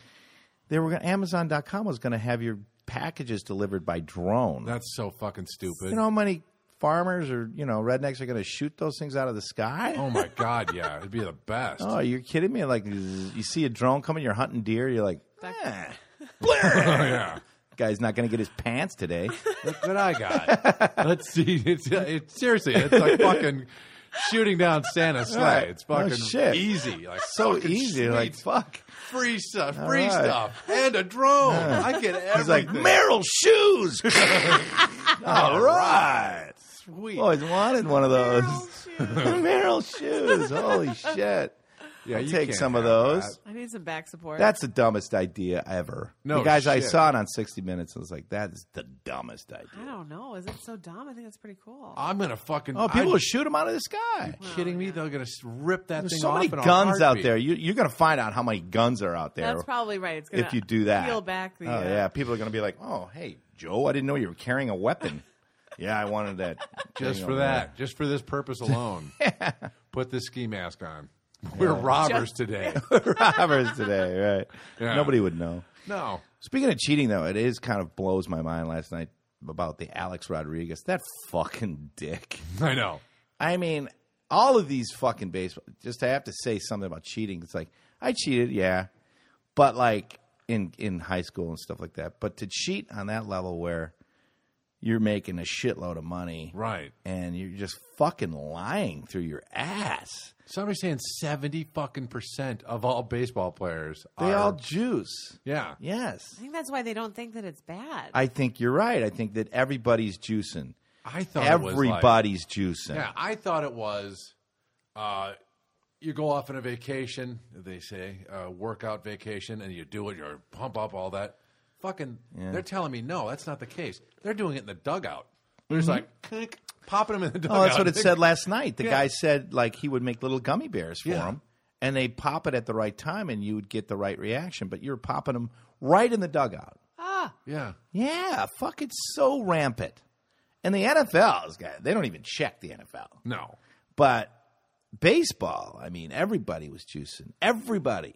Speaker 2: they were. Gonna, Amazon.com was going to have your packages delivered by drone.
Speaker 1: That's so fucking stupid.
Speaker 2: you know how many farmers or you know rednecks are going to shoot those things out of the sky?
Speaker 1: oh my god, yeah, it'd be the best.
Speaker 2: Oh, you're kidding me! Like zzz, you see a drone coming, you're hunting deer. You're like,
Speaker 3: Back-
Speaker 2: eh,
Speaker 1: Oh, yeah.
Speaker 2: guy's not going to get his pants today.
Speaker 1: Look what I got. Let's see. It's, it's seriously, it's like fucking shooting down Santa's sleigh.
Speaker 2: Right.
Speaker 1: It's
Speaker 2: No
Speaker 1: fucking
Speaker 2: shit.
Speaker 1: easy. Like
Speaker 2: So
Speaker 1: fucking
Speaker 2: easy. You're Like
Speaker 1: sweet.
Speaker 2: fuck.
Speaker 1: free stuff, free
Speaker 2: right.
Speaker 1: stuff, and a drone. I get everything.
Speaker 2: He's like Merrill shoes. All right.
Speaker 1: sweet.
Speaker 2: Always wanted one of
Speaker 3: Girl,
Speaker 2: those.
Speaker 3: shoot.
Speaker 2: Merrill shoes. Holy shit.
Speaker 1: yeah,
Speaker 2: I'll
Speaker 1: you
Speaker 2: take
Speaker 1: can't
Speaker 2: some of
Speaker 1: have
Speaker 2: those.
Speaker 1: that.
Speaker 3: I need some back support.
Speaker 2: That's the dumbest idea ever.
Speaker 1: No
Speaker 2: the guys I
Speaker 1: shit.
Speaker 2: saw it on 60 Minutes. I was like, that is the dumbest
Speaker 3: I
Speaker 2: idea.
Speaker 3: don't know. Is it so dumb? I think that's pretty cool.
Speaker 1: I'm gonna fucking.
Speaker 2: Oh, people
Speaker 1: I'm
Speaker 2: will shoot them out of the sky.
Speaker 1: kidding me. They're gonna s- rip that thing
Speaker 2: There's so
Speaker 1: off.
Speaker 2: many
Speaker 1: in a
Speaker 2: guns out
Speaker 1: heartbeat.
Speaker 2: there. You, you're going to find out how many guns are out there.
Speaker 3: that's probably right. It's gonna
Speaker 2: if you do that.
Speaker 3: peel back the.
Speaker 2: oh,
Speaker 3: uh,
Speaker 2: yeah. People are going to be like, oh, hey, Joe, I didn't know you were carrying a weapon. yeah, I wanted that.
Speaker 1: Just
Speaker 2: thing
Speaker 1: for
Speaker 2: over
Speaker 1: that, just for this purpose alone. Put this ski mask on. We're robbers today.
Speaker 2: there. Robbers today, right?
Speaker 1: Yeah.
Speaker 2: Nobody would know.
Speaker 1: no,
Speaker 2: Speaking of cheating, though, it is kind of blows my mind last night about the Alex Rodriguez. That fucking dick.
Speaker 1: I know.
Speaker 2: I mean, all of these fucking baseball. Just I have to say something about cheating. It's like I cheated, yeah, but like in in high school and stuff like that. But to cheat on that level where you're making a shitload of money,
Speaker 1: Right.
Speaker 2: and you're just fucking lying through your ass.
Speaker 1: Somebody's saying seventy fucking percent of all baseball players.
Speaker 2: They
Speaker 1: are,
Speaker 2: all juice.
Speaker 1: Yeah.
Speaker 2: Yes,
Speaker 3: I think that's why they don't think that it's bad.
Speaker 2: I think you're right. I think that everybody's juicing.
Speaker 1: I thought it was like-
Speaker 2: Everybody's juicing.
Speaker 1: Yeah, I thought it was. Uh, you go off on a vacation, they say, uh, workout vacation, and you do it. You pump up all that. Fucking, they're telling me no, that's not the case. They're doing it in the dugout. They're just like clink, popping them in the dugout.
Speaker 2: Mm-hmm. Oh, that's what it said last night. The
Speaker 1: Yeah.
Speaker 2: guy said like he would make little gummy bears for
Speaker 1: Yeah.
Speaker 2: him, and they pop it at the right time, and you would get the right reaction. But you're popping them right in the dugout.
Speaker 3: ah,
Speaker 1: Yeah,
Speaker 2: Yeah, fuck, it's so rampant. And the NFL's guy, they don't even check the NFL.
Speaker 1: no,
Speaker 2: But baseball, I mean, everybody was juicing. Everybody.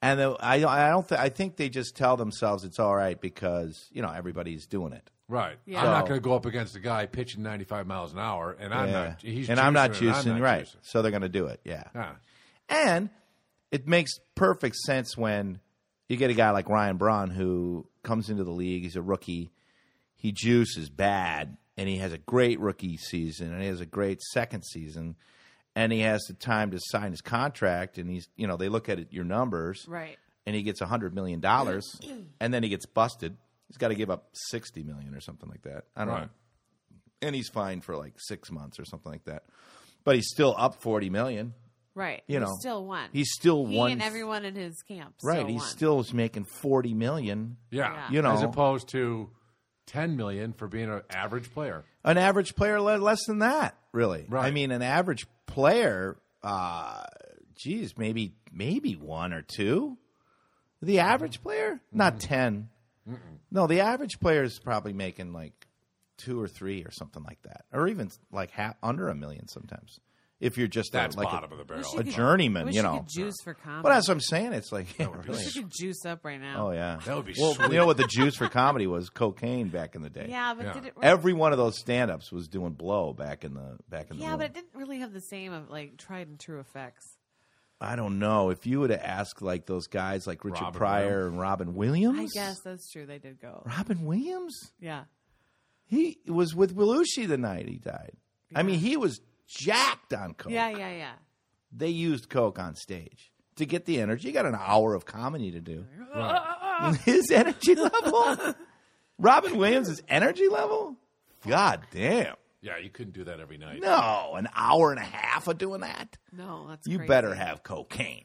Speaker 2: And the, I, I don't. Th- I think they just tell themselves it's all right because you know everybody's doing it.
Speaker 1: Right.
Speaker 3: Yeah.
Speaker 1: I'm not
Speaker 2: So-
Speaker 1: going to go up against a guy pitching 95 miles an hour, and I'm
Speaker 2: Yeah.
Speaker 1: not. He's
Speaker 2: and I'm not
Speaker 1: juicing, and I'm
Speaker 2: juicing,
Speaker 1: not
Speaker 2: right?
Speaker 1: juicing.
Speaker 2: So they're going to do it, yeah.
Speaker 1: Ah,
Speaker 2: And it makes perfect sense when you get a guy like Ryan Braun who comes into the league. He's a rookie. He juices bad, and he has a great rookie season, and he has a great second season, and he has the time to sign his contract. And he's, you know, they look at it, your numbers,
Speaker 3: Right.
Speaker 2: and he gets hundred million dollars, and then he gets busted. He's got to give up sixty million or something like that. I don't
Speaker 1: Right.
Speaker 2: know and he's fine for like six months or something like that. But he's still up forty million.
Speaker 3: Right.
Speaker 2: You
Speaker 3: He
Speaker 2: know,
Speaker 3: still won.
Speaker 2: He's still
Speaker 3: he
Speaker 2: one
Speaker 3: and everyone in his camp.
Speaker 2: right.
Speaker 3: Still
Speaker 2: He's
Speaker 3: won.
Speaker 2: still making forty million.
Speaker 1: Yeah.
Speaker 3: Yeah.
Speaker 2: You know,
Speaker 1: As opposed to 10 million for being an average player.
Speaker 2: an average player le- less than that. Really,
Speaker 1: Right.
Speaker 2: I mean, an average player. Uh, geez, maybe maybe one or two. The average player, not 10 No, the average player is probably making like two or three or something like that, or even like half, under a million sometimes. If you're just a-
Speaker 1: That's
Speaker 2: like a-
Speaker 1: bottom of the barrel.
Speaker 2: a journeyman,
Speaker 3: wish
Speaker 2: you
Speaker 3: you
Speaker 2: know.
Speaker 3: could juice for comedy.
Speaker 2: But that's what I'm saying. It's like, yeah,
Speaker 1: would be
Speaker 2: really.
Speaker 1: sick.
Speaker 3: Wish you could juice up right now.
Speaker 2: oh yeah,
Speaker 1: That would be
Speaker 2: well.
Speaker 1: sweet.
Speaker 2: You know what the juice for comedy was? Cocaine back in the day.
Speaker 3: Yeah, but
Speaker 1: Yeah.
Speaker 3: did it? Really,
Speaker 2: Every one of those stand-ups was doing blow back in the back in the.
Speaker 3: yeah,
Speaker 2: room.
Speaker 3: but it didn't really have the same of like tried and true effects.
Speaker 2: I don't know if you would have asked like those guys like Richard
Speaker 1: Robin
Speaker 2: Pryor
Speaker 1: Williams.
Speaker 2: and Robin Williams.
Speaker 3: I guess that's true. They did go.
Speaker 2: Robin Williams.
Speaker 3: Yeah.
Speaker 2: He was with Belushi the night he died. I mean, he was jacked on coke.
Speaker 3: Yeah. Yeah. Yeah.
Speaker 2: They used coke on stage to get the energy. You got an hour of comedy to do. his energy level. Robin Williams' energy level. God damn.
Speaker 1: Yeah, you couldn't do that every night.
Speaker 2: No, an hour and a half of doing that.
Speaker 3: No, that's
Speaker 2: You
Speaker 3: crazy.
Speaker 2: better have cocaine.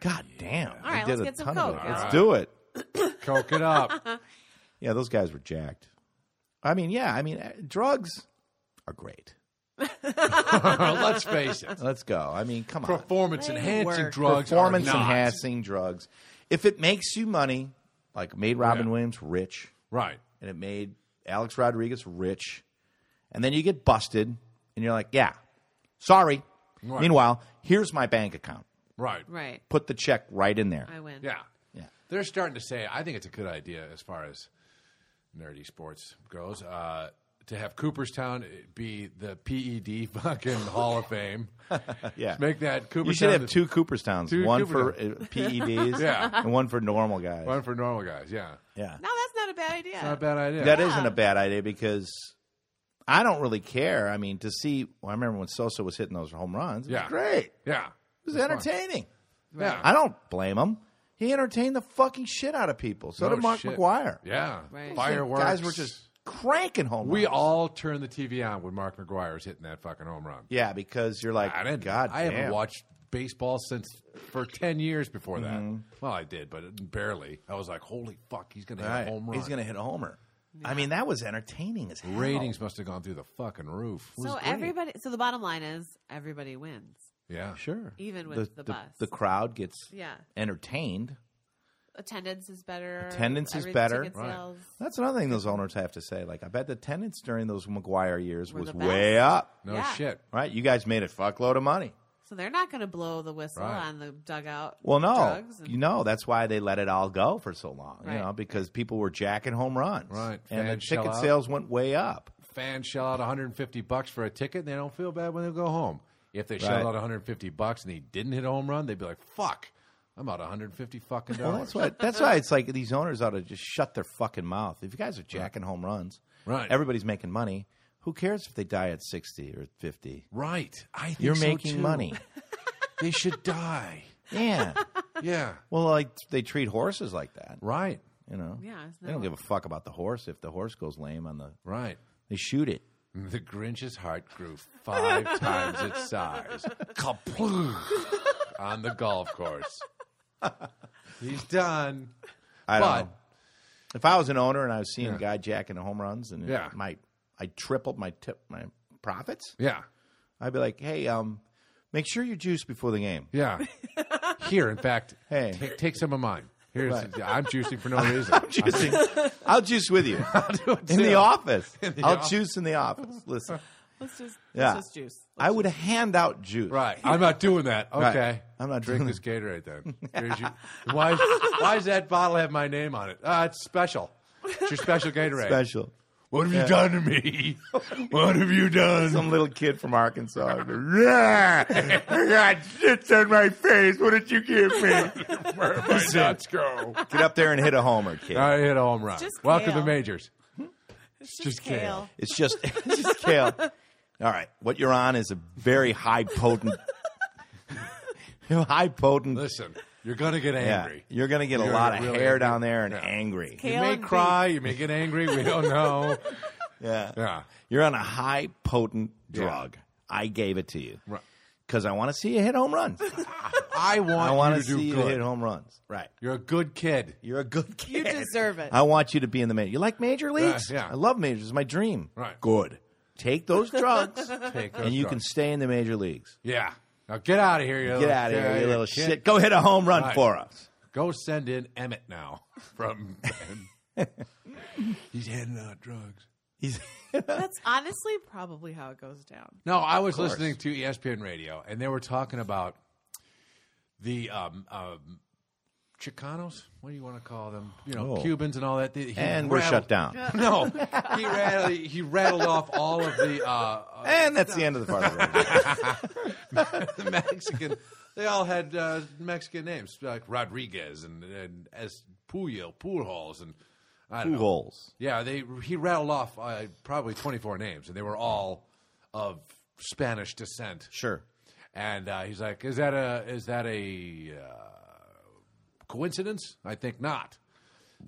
Speaker 2: God damn. All
Speaker 3: right, let's get some coke,
Speaker 2: Let's
Speaker 3: Al.
Speaker 2: do it.
Speaker 1: Coke it up.
Speaker 2: Yeah, those guys were jacked. I mean, yeah, I mean, uh, drugs are great.
Speaker 1: Let's face it.
Speaker 2: Let's go. I mean, come on.
Speaker 1: Performance enhancing
Speaker 3: work.
Speaker 1: drugs. are
Speaker 2: Performance
Speaker 1: not.
Speaker 2: enhancing drugs. If it makes you money, like made Robin
Speaker 1: Yeah.
Speaker 2: Williams rich,
Speaker 1: Right.
Speaker 2: and it made Alex Rodriguez rich. And then you get busted, and you're like, yeah, sorry.
Speaker 1: Right.
Speaker 2: Meanwhile, here's my bank account.
Speaker 1: Right.
Speaker 3: Right.
Speaker 2: Put the check right in there.
Speaker 3: I win.
Speaker 1: Yeah.
Speaker 2: Yeah.
Speaker 1: They're starting to say, I think it's a good idea as far as nerdy sports goes, uh, to have Cooperstown be the PED fucking Hall of Fame.
Speaker 2: Yeah.
Speaker 1: Make that Cooperstown.
Speaker 2: you should have
Speaker 1: the-
Speaker 2: two Cooperstowns,
Speaker 1: Two
Speaker 2: one for uh, PEDs
Speaker 1: Yeah.
Speaker 2: and one for normal guys.
Speaker 1: One for normal guys. Yeah.
Speaker 2: yeah.
Speaker 3: No, that's not a bad idea.
Speaker 1: Not a bad idea.
Speaker 2: That isn't a bad idea because I don't really care. I mean, to see, well, I remember when Sosa was hitting those home runs. It was
Speaker 1: Yeah.
Speaker 2: great. It
Speaker 1: Yeah.
Speaker 2: was entertaining.
Speaker 1: Yeah.
Speaker 2: I don't blame him. He entertained the fucking shit out of people. So
Speaker 1: No
Speaker 2: did Mark
Speaker 1: Oh, shit.
Speaker 2: McGuire.
Speaker 1: Yeah.
Speaker 3: Right.
Speaker 1: Fireworks.
Speaker 2: Guys were just cranking home
Speaker 1: We
Speaker 2: runs.
Speaker 1: all turned the TV on when Mark McGuire was hitting that fucking home run.
Speaker 2: Yeah, because you're like,
Speaker 1: I didn't.
Speaker 2: God,
Speaker 1: I haven't
Speaker 2: damn.
Speaker 1: watched baseball since for ten years before that.
Speaker 2: Mm-hmm.
Speaker 1: Well, I did, but barely. I was like, "Holy fuck, he's gonna
Speaker 2: Right.
Speaker 1: hit a home run."
Speaker 2: He's going to hit a homer. I mean, that was entertaining as hell.
Speaker 1: Ratings must have gone through the fucking roof.
Speaker 3: So
Speaker 2: great.
Speaker 3: everybody. So the bottom line is everybody wins,
Speaker 1: Yeah,
Speaker 2: Sure.
Speaker 3: even with the, bus.
Speaker 2: The crowd gets
Speaker 3: Yeah.
Speaker 2: entertained.
Speaker 3: attendance is better.
Speaker 2: Attendance is
Speaker 3: every-
Speaker 2: better.
Speaker 3: ticket
Speaker 1: Right.
Speaker 3: sales.
Speaker 2: That's another thing those owners have to say. Like, I bet the attendance during those McGuire years
Speaker 3: Were
Speaker 2: was
Speaker 3: the best.
Speaker 2: way up.
Speaker 1: no
Speaker 3: Yeah.
Speaker 1: shit.
Speaker 2: Right? You guys made a fuckload of money.
Speaker 3: So they're not going to blow the whistle
Speaker 1: Right.
Speaker 3: on the dugout.
Speaker 2: Well, no,
Speaker 3: drugs
Speaker 2: you know that's why they let it all go for so long. You
Speaker 3: Right.
Speaker 2: know because people were jacking home runs,
Speaker 1: Right.
Speaker 2: And the
Speaker 1: Fans shell
Speaker 2: ticket
Speaker 1: out.
Speaker 2: sales went way up.
Speaker 1: Fans shell out 150 bucks for a ticket, and they don't feel bad when they go home. If they shell
Speaker 2: Right.
Speaker 1: out 150 bucks and he didn't hit a home run, they'd be like, "Fuck, I'm out 150 fucking dollars."
Speaker 2: Well, that's why. That's why it's like these owners ought to just shut their fucking mouth. If you guys are jacking home runs,
Speaker 1: Right.
Speaker 2: Everybody's making money. Who cares if they die at sixty or fifty?
Speaker 1: Right. I think
Speaker 2: You're
Speaker 1: so,
Speaker 2: making
Speaker 1: too.
Speaker 2: money.
Speaker 1: They should die.
Speaker 2: Yeah.
Speaker 1: Yeah.
Speaker 2: well, like they treat horses like that.
Speaker 1: Right.
Speaker 2: You know.
Speaker 3: Yeah, it's
Speaker 2: They don't
Speaker 3: not-
Speaker 2: give a fuck about the horse if the horse goes lame on the.
Speaker 1: Right.
Speaker 2: They shoot it.
Speaker 1: The Grinch's heart grew five times its size. Kaploof! On the golf course. He's done.
Speaker 2: I don't
Speaker 1: But
Speaker 2: know. If I was an owner and I was seeing
Speaker 1: Yeah.
Speaker 2: a guy jacking the home runs and
Speaker 1: Yeah.
Speaker 2: my I tripled my tip my profits,
Speaker 1: yeah,
Speaker 2: I'd be like, hey, um, make sure you juice before the game.
Speaker 1: yeah. Here, in fact,
Speaker 2: Hey.
Speaker 1: ta- take some of mine. Here's I'm juicing for no reason.
Speaker 2: I'm juicing. I'll juice with you in the office. I'll
Speaker 1: office.
Speaker 2: juice in the office. Listen,
Speaker 3: Let's just,
Speaker 2: Yeah.
Speaker 3: let's just juice.
Speaker 2: I would hand out juice.
Speaker 1: Right. I'm not doing that. Okay.
Speaker 2: I'm not
Speaker 1: drink
Speaker 2: doing
Speaker 1: this Gatorade then. Here's you- Why? Why does that bottle have my name on it? Uh, it's special. It's your special Gatorade.
Speaker 2: Special.
Speaker 1: What have you done to me? what have you done?
Speaker 2: Some little kid from Arkansas. Yeah, I got shits on my face. What did you give me?
Speaker 1: Where did my nuts go?
Speaker 2: Get up there and hit a homer, kid.
Speaker 1: I hit a home run.
Speaker 3: just
Speaker 1: Welcome to
Speaker 3: kale.
Speaker 1: the majors.
Speaker 3: It's
Speaker 1: just kale.
Speaker 2: It's just, it's just kale. All right, what you're on is a very high potent, high potent.
Speaker 1: Listen, you're gonna get
Speaker 2: yeah,
Speaker 1: angry.
Speaker 2: you're gonna get
Speaker 1: You're
Speaker 2: a lot of
Speaker 1: really
Speaker 2: hair
Speaker 1: angry.
Speaker 2: down there and
Speaker 1: Yeah.
Speaker 2: angry.
Speaker 3: Kale.
Speaker 1: You may
Speaker 3: and beef.
Speaker 1: cry. You may get angry. We don't know.
Speaker 2: Yeah.
Speaker 1: Yeah.
Speaker 2: You're on a high potent
Speaker 1: Yeah.
Speaker 2: drug. I gave it to you
Speaker 1: Right.
Speaker 2: because I want to see you hit home runs.
Speaker 1: I want,
Speaker 2: I want
Speaker 1: you to
Speaker 2: to
Speaker 1: do
Speaker 2: see you
Speaker 1: good.
Speaker 2: hit home runs. Right.
Speaker 1: You're a good kid.
Speaker 2: You're a good kid.
Speaker 3: You deserve it.
Speaker 2: I want you to be in the major. You like major leagues?
Speaker 1: yeah.
Speaker 2: I love majors. It's my dream.
Speaker 1: Right.
Speaker 2: Good. Take those drugs,
Speaker 1: Take those
Speaker 2: and you can
Speaker 1: drugs.
Speaker 2: stay in the major leagues.
Speaker 1: Yeah. Now get out of here. You
Speaker 2: Get
Speaker 1: little
Speaker 2: out of
Speaker 1: kid.
Speaker 2: here, you little
Speaker 1: Kid.
Speaker 2: shit. Go hit a home run
Speaker 1: Right.
Speaker 2: for us.
Speaker 1: Go send in Emmett now. From he's handing out drugs.
Speaker 2: He's
Speaker 3: That's honestly probably how it goes down.
Speaker 1: No, I was listening to E ESPN radio, and they were talking about the um, um, Chicanos. What do you want to call them? You know,
Speaker 2: Oh.
Speaker 1: Cubans and all that. He
Speaker 2: and we're
Speaker 1: rattled-
Speaker 2: shut down.
Speaker 1: No, he rattled, he rattled off all of the uh, uh,
Speaker 2: And that's the end of the part. Of the radio.
Speaker 1: the Mexican. They all had uh, Mexican names like Rodriguez and and as Puyol, Pujols, and I don't
Speaker 2: Two
Speaker 1: know.
Speaker 2: holes.
Speaker 1: Yeah, they he rattled off uh, probably twenty four names, and they were all of Spanish descent.
Speaker 2: Sure.
Speaker 1: And uh, he's like, "Is that a is that a uh, coincidence? I think not."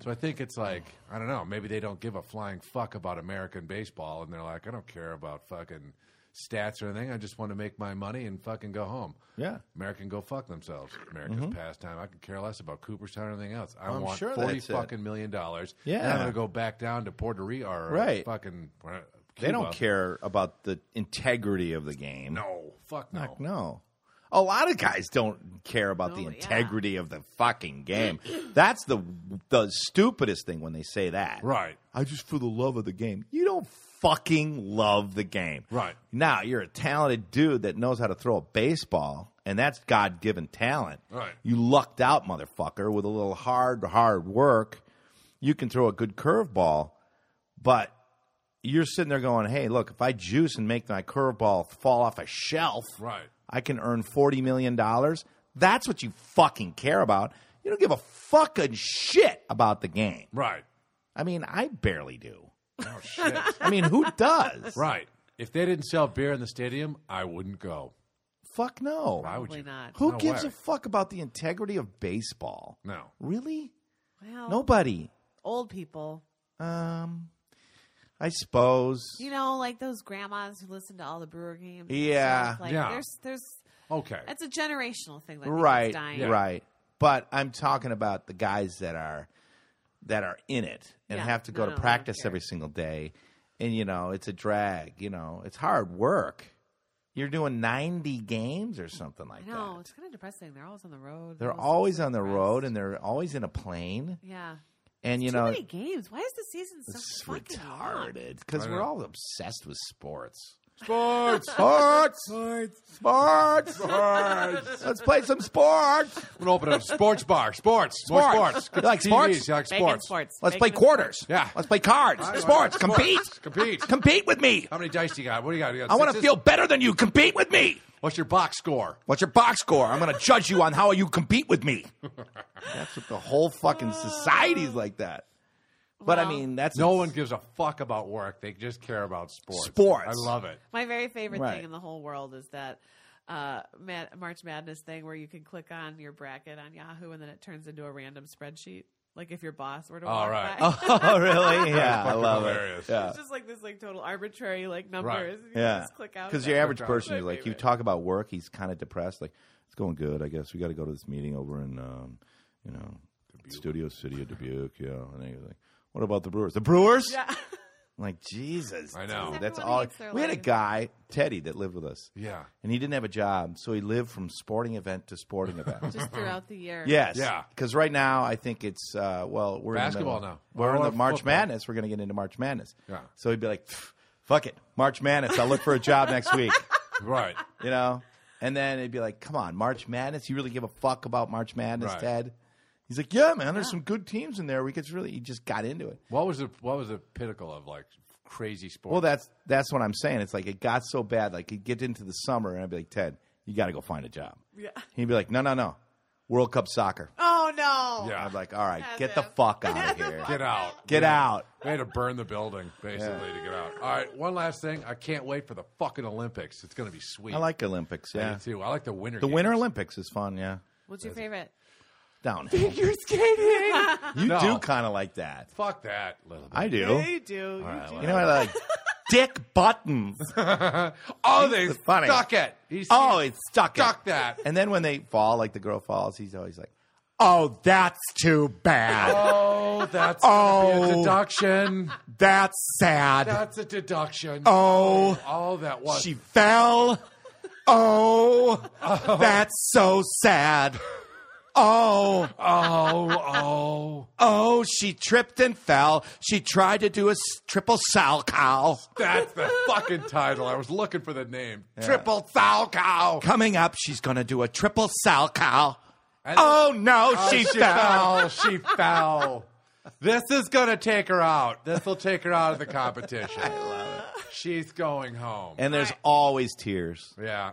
Speaker 1: So I think it's like I don't know. Maybe they don't give a flying fuck about American baseball, and they're like, "I don't care about fucking stats or anything. I just want to make my money and fucking go home."
Speaker 2: Yeah. Mm-hmm.
Speaker 1: American go fuck themselves. America's pastime. I could care less about Cooperstown or anything else. I
Speaker 2: I'm
Speaker 1: want
Speaker 2: sure
Speaker 1: forty
Speaker 2: that's it.
Speaker 1: fucking million dollars. and
Speaker 2: Yeah.
Speaker 1: I'm gonna go back down to Puerto Rico or
Speaker 2: Right.
Speaker 1: fucking. uh,
Speaker 2: They don't
Speaker 1: Cuba.
Speaker 2: care about the integrity of the game.
Speaker 1: No, fuck no.
Speaker 2: Fuck no. A lot of guys don't care about the
Speaker 3: No, yeah.
Speaker 2: integrity of the fucking game. That's the the stupidest thing when they say that.
Speaker 1: Right.
Speaker 2: I just for the love of the game. You don't fucking love the game.
Speaker 1: Right.
Speaker 2: Now you're a talented dude that knows how to throw a baseball, and that's God given talent.
Speaker 1: Right.
Speaker 2: You lucked out, motherfucker, with a little hard, hard work. You can throw a good curveball, but you're sitting there going, Hey, look, if I juice and make my curveball fall off a shelf,
Speaker 1: Right.
Speaker 2: I can earn forty million dollars. That's what you fucking care about. You don't give a fucking shit about the game.
Speaker 1: Right.
Speaker 2: I mean, I barely do.
Speaker 1: Oh shit.
Speaker 2: I mean, who does?
Speaker 1: right. If they didn't sell beer in the stadium, I wouldn't go.
Speaker 2: Fuck no.
Speaker 1: Why would
Speaker 3: Probably
Speaker 1: you?
Speaker 3: not.
Speaker 2: Who
Speaker 1: No
Speaker 2: gives
Speaker 1: way.
Speaker 2: a fuck about the integrity of baseball?
Speaker 1: No.
Speaker 2: Really?
Speaker 3: Well,
Speaker 2: Nobody.
Speaker 3: old people.
Speaker 2: Um, I suppose.
Speaker 3: You know, like those grandmas who listen to all the Brewer games. and
Speaker 2: Yeah.
Speaker 3: stuff. Like,
Speaker 1: Yeah.
Speaker 3: There's, there's.
Speaker 1: Okay.
Speaker 3: That's a generational thing. That
Speaker 2: right,
Speaker 3: Dying.
Speaker 1: Yeah.
Speaker 2: right. But I'm talking about the guys that are that are in it and
Speaker 3: Yeah.
Speaker 2: have to go
Speaker 3: No,
Speaker 2: to
Speaker 3: no, I don't
Speaker 2: practice
Speaker 3: care.
Speaker 2: every single day, and you know it's a drag. You know it's hard work. You're doing 90 games or something like
Speaker 3: I know.
Speaker 2: that.
Speaker 3: It's kind of depressing. They're always on the road.
Speaker 2: They're always on the road and they're always in a plane.
Speaker 3: Yeah.
Speaker 2: And you
Speaker 3: Too
Speaker 2: know
Speaker 3: many games. Why is the season so
Speaker 2: it's
Speaker 3: fucking long?
Speaker 2: retarded because
Speaker 1: I
Speaker 2: we're
Speaker 1: know.
Speaker 2: all obsessed with sports.
Speaker 1: Sports.
Speaker 2: Sports,
Speaker 1: Sports.
Speaker 2: sports.
Speaker 1: Sports.
Speaker 2: Let's play some sports.
Speaker 1: I'm gonna open up a sports bar. Sports. Sports. More sports.
Speaker 2: You like
Speaker 1: TVs,
Speaker 2: sports?
Speaker 1: You like
Speaker 3: Bacon
Speaker 1: sports.
Speaker 3: sports.
Speaker 2: Let's
Speaker 3: Bacon
Speaker 2: play
Speaker 3: and-
Speaker 2: quarters.
Speaker 1: Yeah.
Speaker 2: Let's play cards.
Speaker 1: All right,
Speaker 2: Sports.
Speaker 1: all right,
Speaker 2: Compete.
Speaker 1: sports. Compete.
Speaker 2: Compete with me.
Speaker 1: How many dice do you got? What do you got? You got
Speaker 2: I want to
Speaker 1: sixes?
Speaker 2: feel better than you. Compete with me.
Speaker 1: What's your box score?
Speaker 2: What's your box score? I'm going to judge you on how you compete with me. That's what the whole fucking society's like that. But I
Speaker 3: Well-
Speaker 2: mean, that's
Speaker 1: No one gives a fuck about work. They just care about sports.
Speaker 2: Sports.
Speaker 1: I love it.
Speaker 3: My very favorite
Speaker 2: Right.
Speaker 3: thing in the whole world is that uh, Mad- March Madness thing where you can click on your bracket on Yahoo and then it turns into a random spreadsheet. Like if your boss were to
Speaker 1: All
Speaker 3: walk
Speaker 1: right.
Speaker 3: by.
Speaker 2: Oh, really? Yeah,
Speaker 1: That's
Speaker 2: I
Speaker 1: fucking
Speaker 2: love
Speaker 1: hilarious.
Speaker 2: it. Yeah.
Speaker 3: It's just like this like total arbitrary like numbers. You
Speaker 2: Yeah,
Speaker 3: just click out.
Speaker 2: because
Speaker 3: of
Speaker 2: your
Speaker 3: it.
Speaker 2: average
Speaker 1: That's
Speaker 2: person
Speaker 3: my
Speaker 2: is like you
Speaker 3: favorite.
Speaker 2: talk about work, he's kind of depressed. Like it's going good, I guess. We got to go to this meeting over in, um, you know, Studio City of Dubuque. Yeah, and then he's like, "What about the Brewers? The Brewers?
Speaker 3: Yeah.
Speaker 2: I'm like Jesus,
Speaker 1: I know.
Speaker 2: dude, that's
Speaker 3: Everyone
Speaker 2: all.
Speaker 3: hates their
Speaker 2: We had a
Speaker 3: life.
Speaker 2: guy, Teddy, that lived with us,
Speaker 1: Yeah.
Speaker 2: and he didn't have a job, so he lived from sporting event to sporting event.
Speaker 3: just throughout the year.
Speaker 2: Yes.
Speaker 1: Yeah.
Speaker 2: Because right now, I think it's uh, well, we're
Speaker 1: Basketball
Speaker 2: in the middle-
Speaker 1: now.
Speaker 2: We're in
Speaker 1: Or
Speaker 2: the March
Speaker 1: football.
Speaker 2: Madness. We're going to get into March Madness.
Speaker 1: Yeah.
Speaker 2: So he'd be like, "Pff, "Fuck it, March Madness. I'll look for a job next week."
Speaker 1: Right.
Speaker 2: You know. And then it'd be like, "Come on, March Madness. You really give a fuck about March Madness,
Speaker 1: Right.
Speaker 2: Ted?" He's He's like, yeah, man. There's some good teams in there. We could really. He just got into it.
Speaker 1: What was the what was the pinnacle of like crazy sports?
Speaker 2: Well, that's that's what I'm saying. It's like it got so bad. Like he'd get into the summer, and I'd be like, Ted, you got to go find a job.
Speaker 3: Yeah.
Speaker 2: He'd be like, No, no, no. World Cup soccer.
Speaker 3: Oh no.
Speaker 1: Yeah.
Speaker 2: I'm like, All right,
Speaker 3: That's
Speaker 2: get the
Speaker 3: it.
Speaker 2: fuck out of here.
Speaker 1: get out.
Speaker 2: Get out.
Speaker 1: We had to burn the building basically to get out. All right, one last thing. I can't wait for the fucking Olympics. It's going to be sweet.
Speaker 2: I like Olympics.
Speaker 1: Me
Speaker 2: Yeah.
Speaker 1: too. I like the winter.
Speaker 2: The
Speaker 1: games.
Speaker 2: Winter Olympics is fun. Yeah.
Speaker 3: What's your favorite?
Speaker 2: Downhill.
Speaker 3: You're skating.
Speaker 2: You
Speaker 1: No.
Speaker 2: do kind of like that.
Speaker 1: Fuck that. Little bit.
Speaker 2: I do.
Speaker 3: you do. You do.
Speaker 2: You know what I like? Dick buttons.
Speaker 1: oh, they
Speaker 2: funny.
Speaker 1: stuck it. He's
Speaker 2: Oh, it's stuck. it.
Speaker 1: stuck that.
Speaker 2: And then when they fall, like the girl falls, he's always like, "Oh, that's too bad.
Speaker 1: Oh, that's gonna be a
Speaker 2: Oh.
Speaker 1: deduction.
Speaker 2: That's sad.
Speaker 1: That's a deduction.
Speaker 2: oh,
Speaker 1: All that was.
Speaker 2: she fell. Oh, that's so sad. Oh,
Speaker 1: oh, oh.
Speaker 2: oh, she tripped and fell. She tried to do a s- triple sal cow.
Speaker 1: That's the fucking title. I was looking for the name. Triple Thou Cow.
Speaker 2: Coming up, she's gonna do a triple sal cow.
Speaker 1: And-
Speaker 2: Oh no,
Speaker 1: Oh,
Speaker 2: she, fell.
Speaker 1: She fell. This is going to take her out. This will take her out of the competition. I love it. She's going home.
Speaker 2: And there's always tears.
Speaker 1: yeah.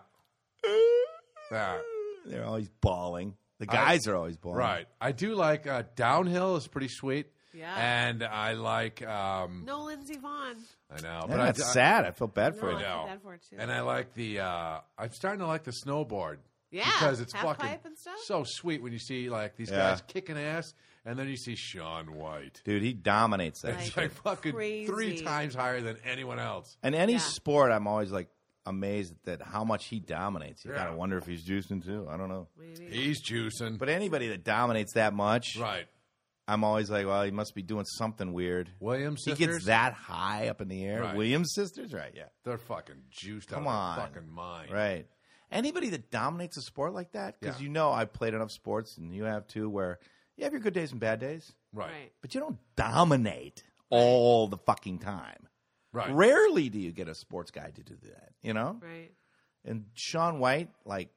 Speaker 1: Yeah.
Speaker 2: They're always bawling. The guys are always bawling.
Speaker 1: Right. I do like uh, downhill is pretty sweet.
Speaker 3: Yeah.
Speaker 1: And I like um
Speaker 3: No, Lindsey Vaughn.
Speaker 1: I know,
Speaker 2: Yeah,
Speaker 1: but I,
Speaker 2: that's sad. I feel bad
Speaker 3: No,
Speaker 2: for
Speaker 3: I
Speaker 2: you.
Speaker 1: I
Speaker 3: feel
Speaker 1: know.
Speaker 3: bad for it too.
Speaker 1: And I like the. Uh, I'm starting to like the snowboard.
Speaker 3: Yeah,
Speaker 1: because it's
Speaker 3: half
Speaker 1: fucking
Speaker 3: pipe and stuff.
Speaker 1: so sweet when you see like these
Speaker 2: Yeah.
Speaker 1: guys kicking ass, and then you see Sean White.
Speaker 2: Dude, he dominates that.
Speaker 3: Right.
Speaker 2: shit.
Speaker 1: It's like fucking three
Speaker 3: Crazy.
Speaker 1: times higher than anyone else.
Speaker 2: And any
Speaker 3: Yeah.
Speaker 2: sport, I'm always like amazed at how much he dominates. You
Speaker 1: Yeah.
Speaker 2: gotta wonder if he's juicing too. I don't know.
Speaker 3: Maybe.
Speaker 1: He's juicing,
Speaker 2: But anybody that dominates that much,
Speaker 1: right?
Speaker 2: I'm always like, well, he must be doing something weird.
Speaker 1: Williams
Speaker 2: He
Speaker 1: sisters,
Speaker 2: gets that high up in the air.
Speaker 1: Right.
Speaker 2: Williams sisters, right? Yeah,
Speaker 1: They're fucking juiced
Speaker 2: Come
Speaker 1: out
Speaker 2: on.
Speaker 1: of their fucking mind,
Speaker 2: right. Anybody that dominates a sport like that, because
Speaker 1: Yeah.
Speaker 2: you know I've played enough sports, and you have too, where you have your good days and bad days,
Speaker 1: Right,
Speaker 2: but you don't dominate all the fucking time.
Speaker 1: right.
Speaker 2: Rarely do you get a sports guy to do that, you know?
Speaker 3: Right.
Speaker 2: And Sean White, like,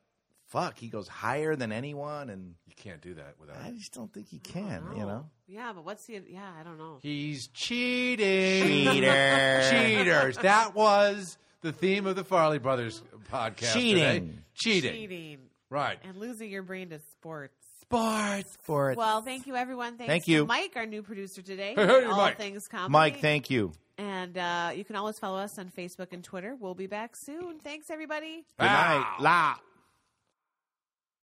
Speaker 2: fuck, he goes higher than anyone, and
Speaker 1: You can't do that without.
Speaker 2: I just don't think he can, you know?
Speaker 3: Oh. Yeah, but what's the? Yeah, I don't know.
Speaker 1: He's cheating.
Speaker 2: Cheater.
Speaker 1: Cheaters. That was the theme of the Farley Brothers podcast. today.
Speaker 2: Cheating.
Speaker 1: Cheating.
Speaker 3: Cheating
Speaker 1: Right.
Speaker 3: and losing your brain to sports.
Speaker 2: Sports. Sports.
Speaker 3: Well, thank you everyone. Thanks
Speaker 2: Thank
Speaker 3: to
Speaker 2: you.
Speaker 3: Mike, our new producer today.
Speaker 1: Hey, hey,
Speaker 3: all
Speaker 1: Mike.
Speaker 3: things comedy.
Speaker 2: Mike, thank you.
Speaker 3: And uh, you can always follow us on Facebook and Twitter. We'll be back soon. Thanks everybody.
Speaker 2: Good night.
Speaker 1: Ow.
Speaker 2: La.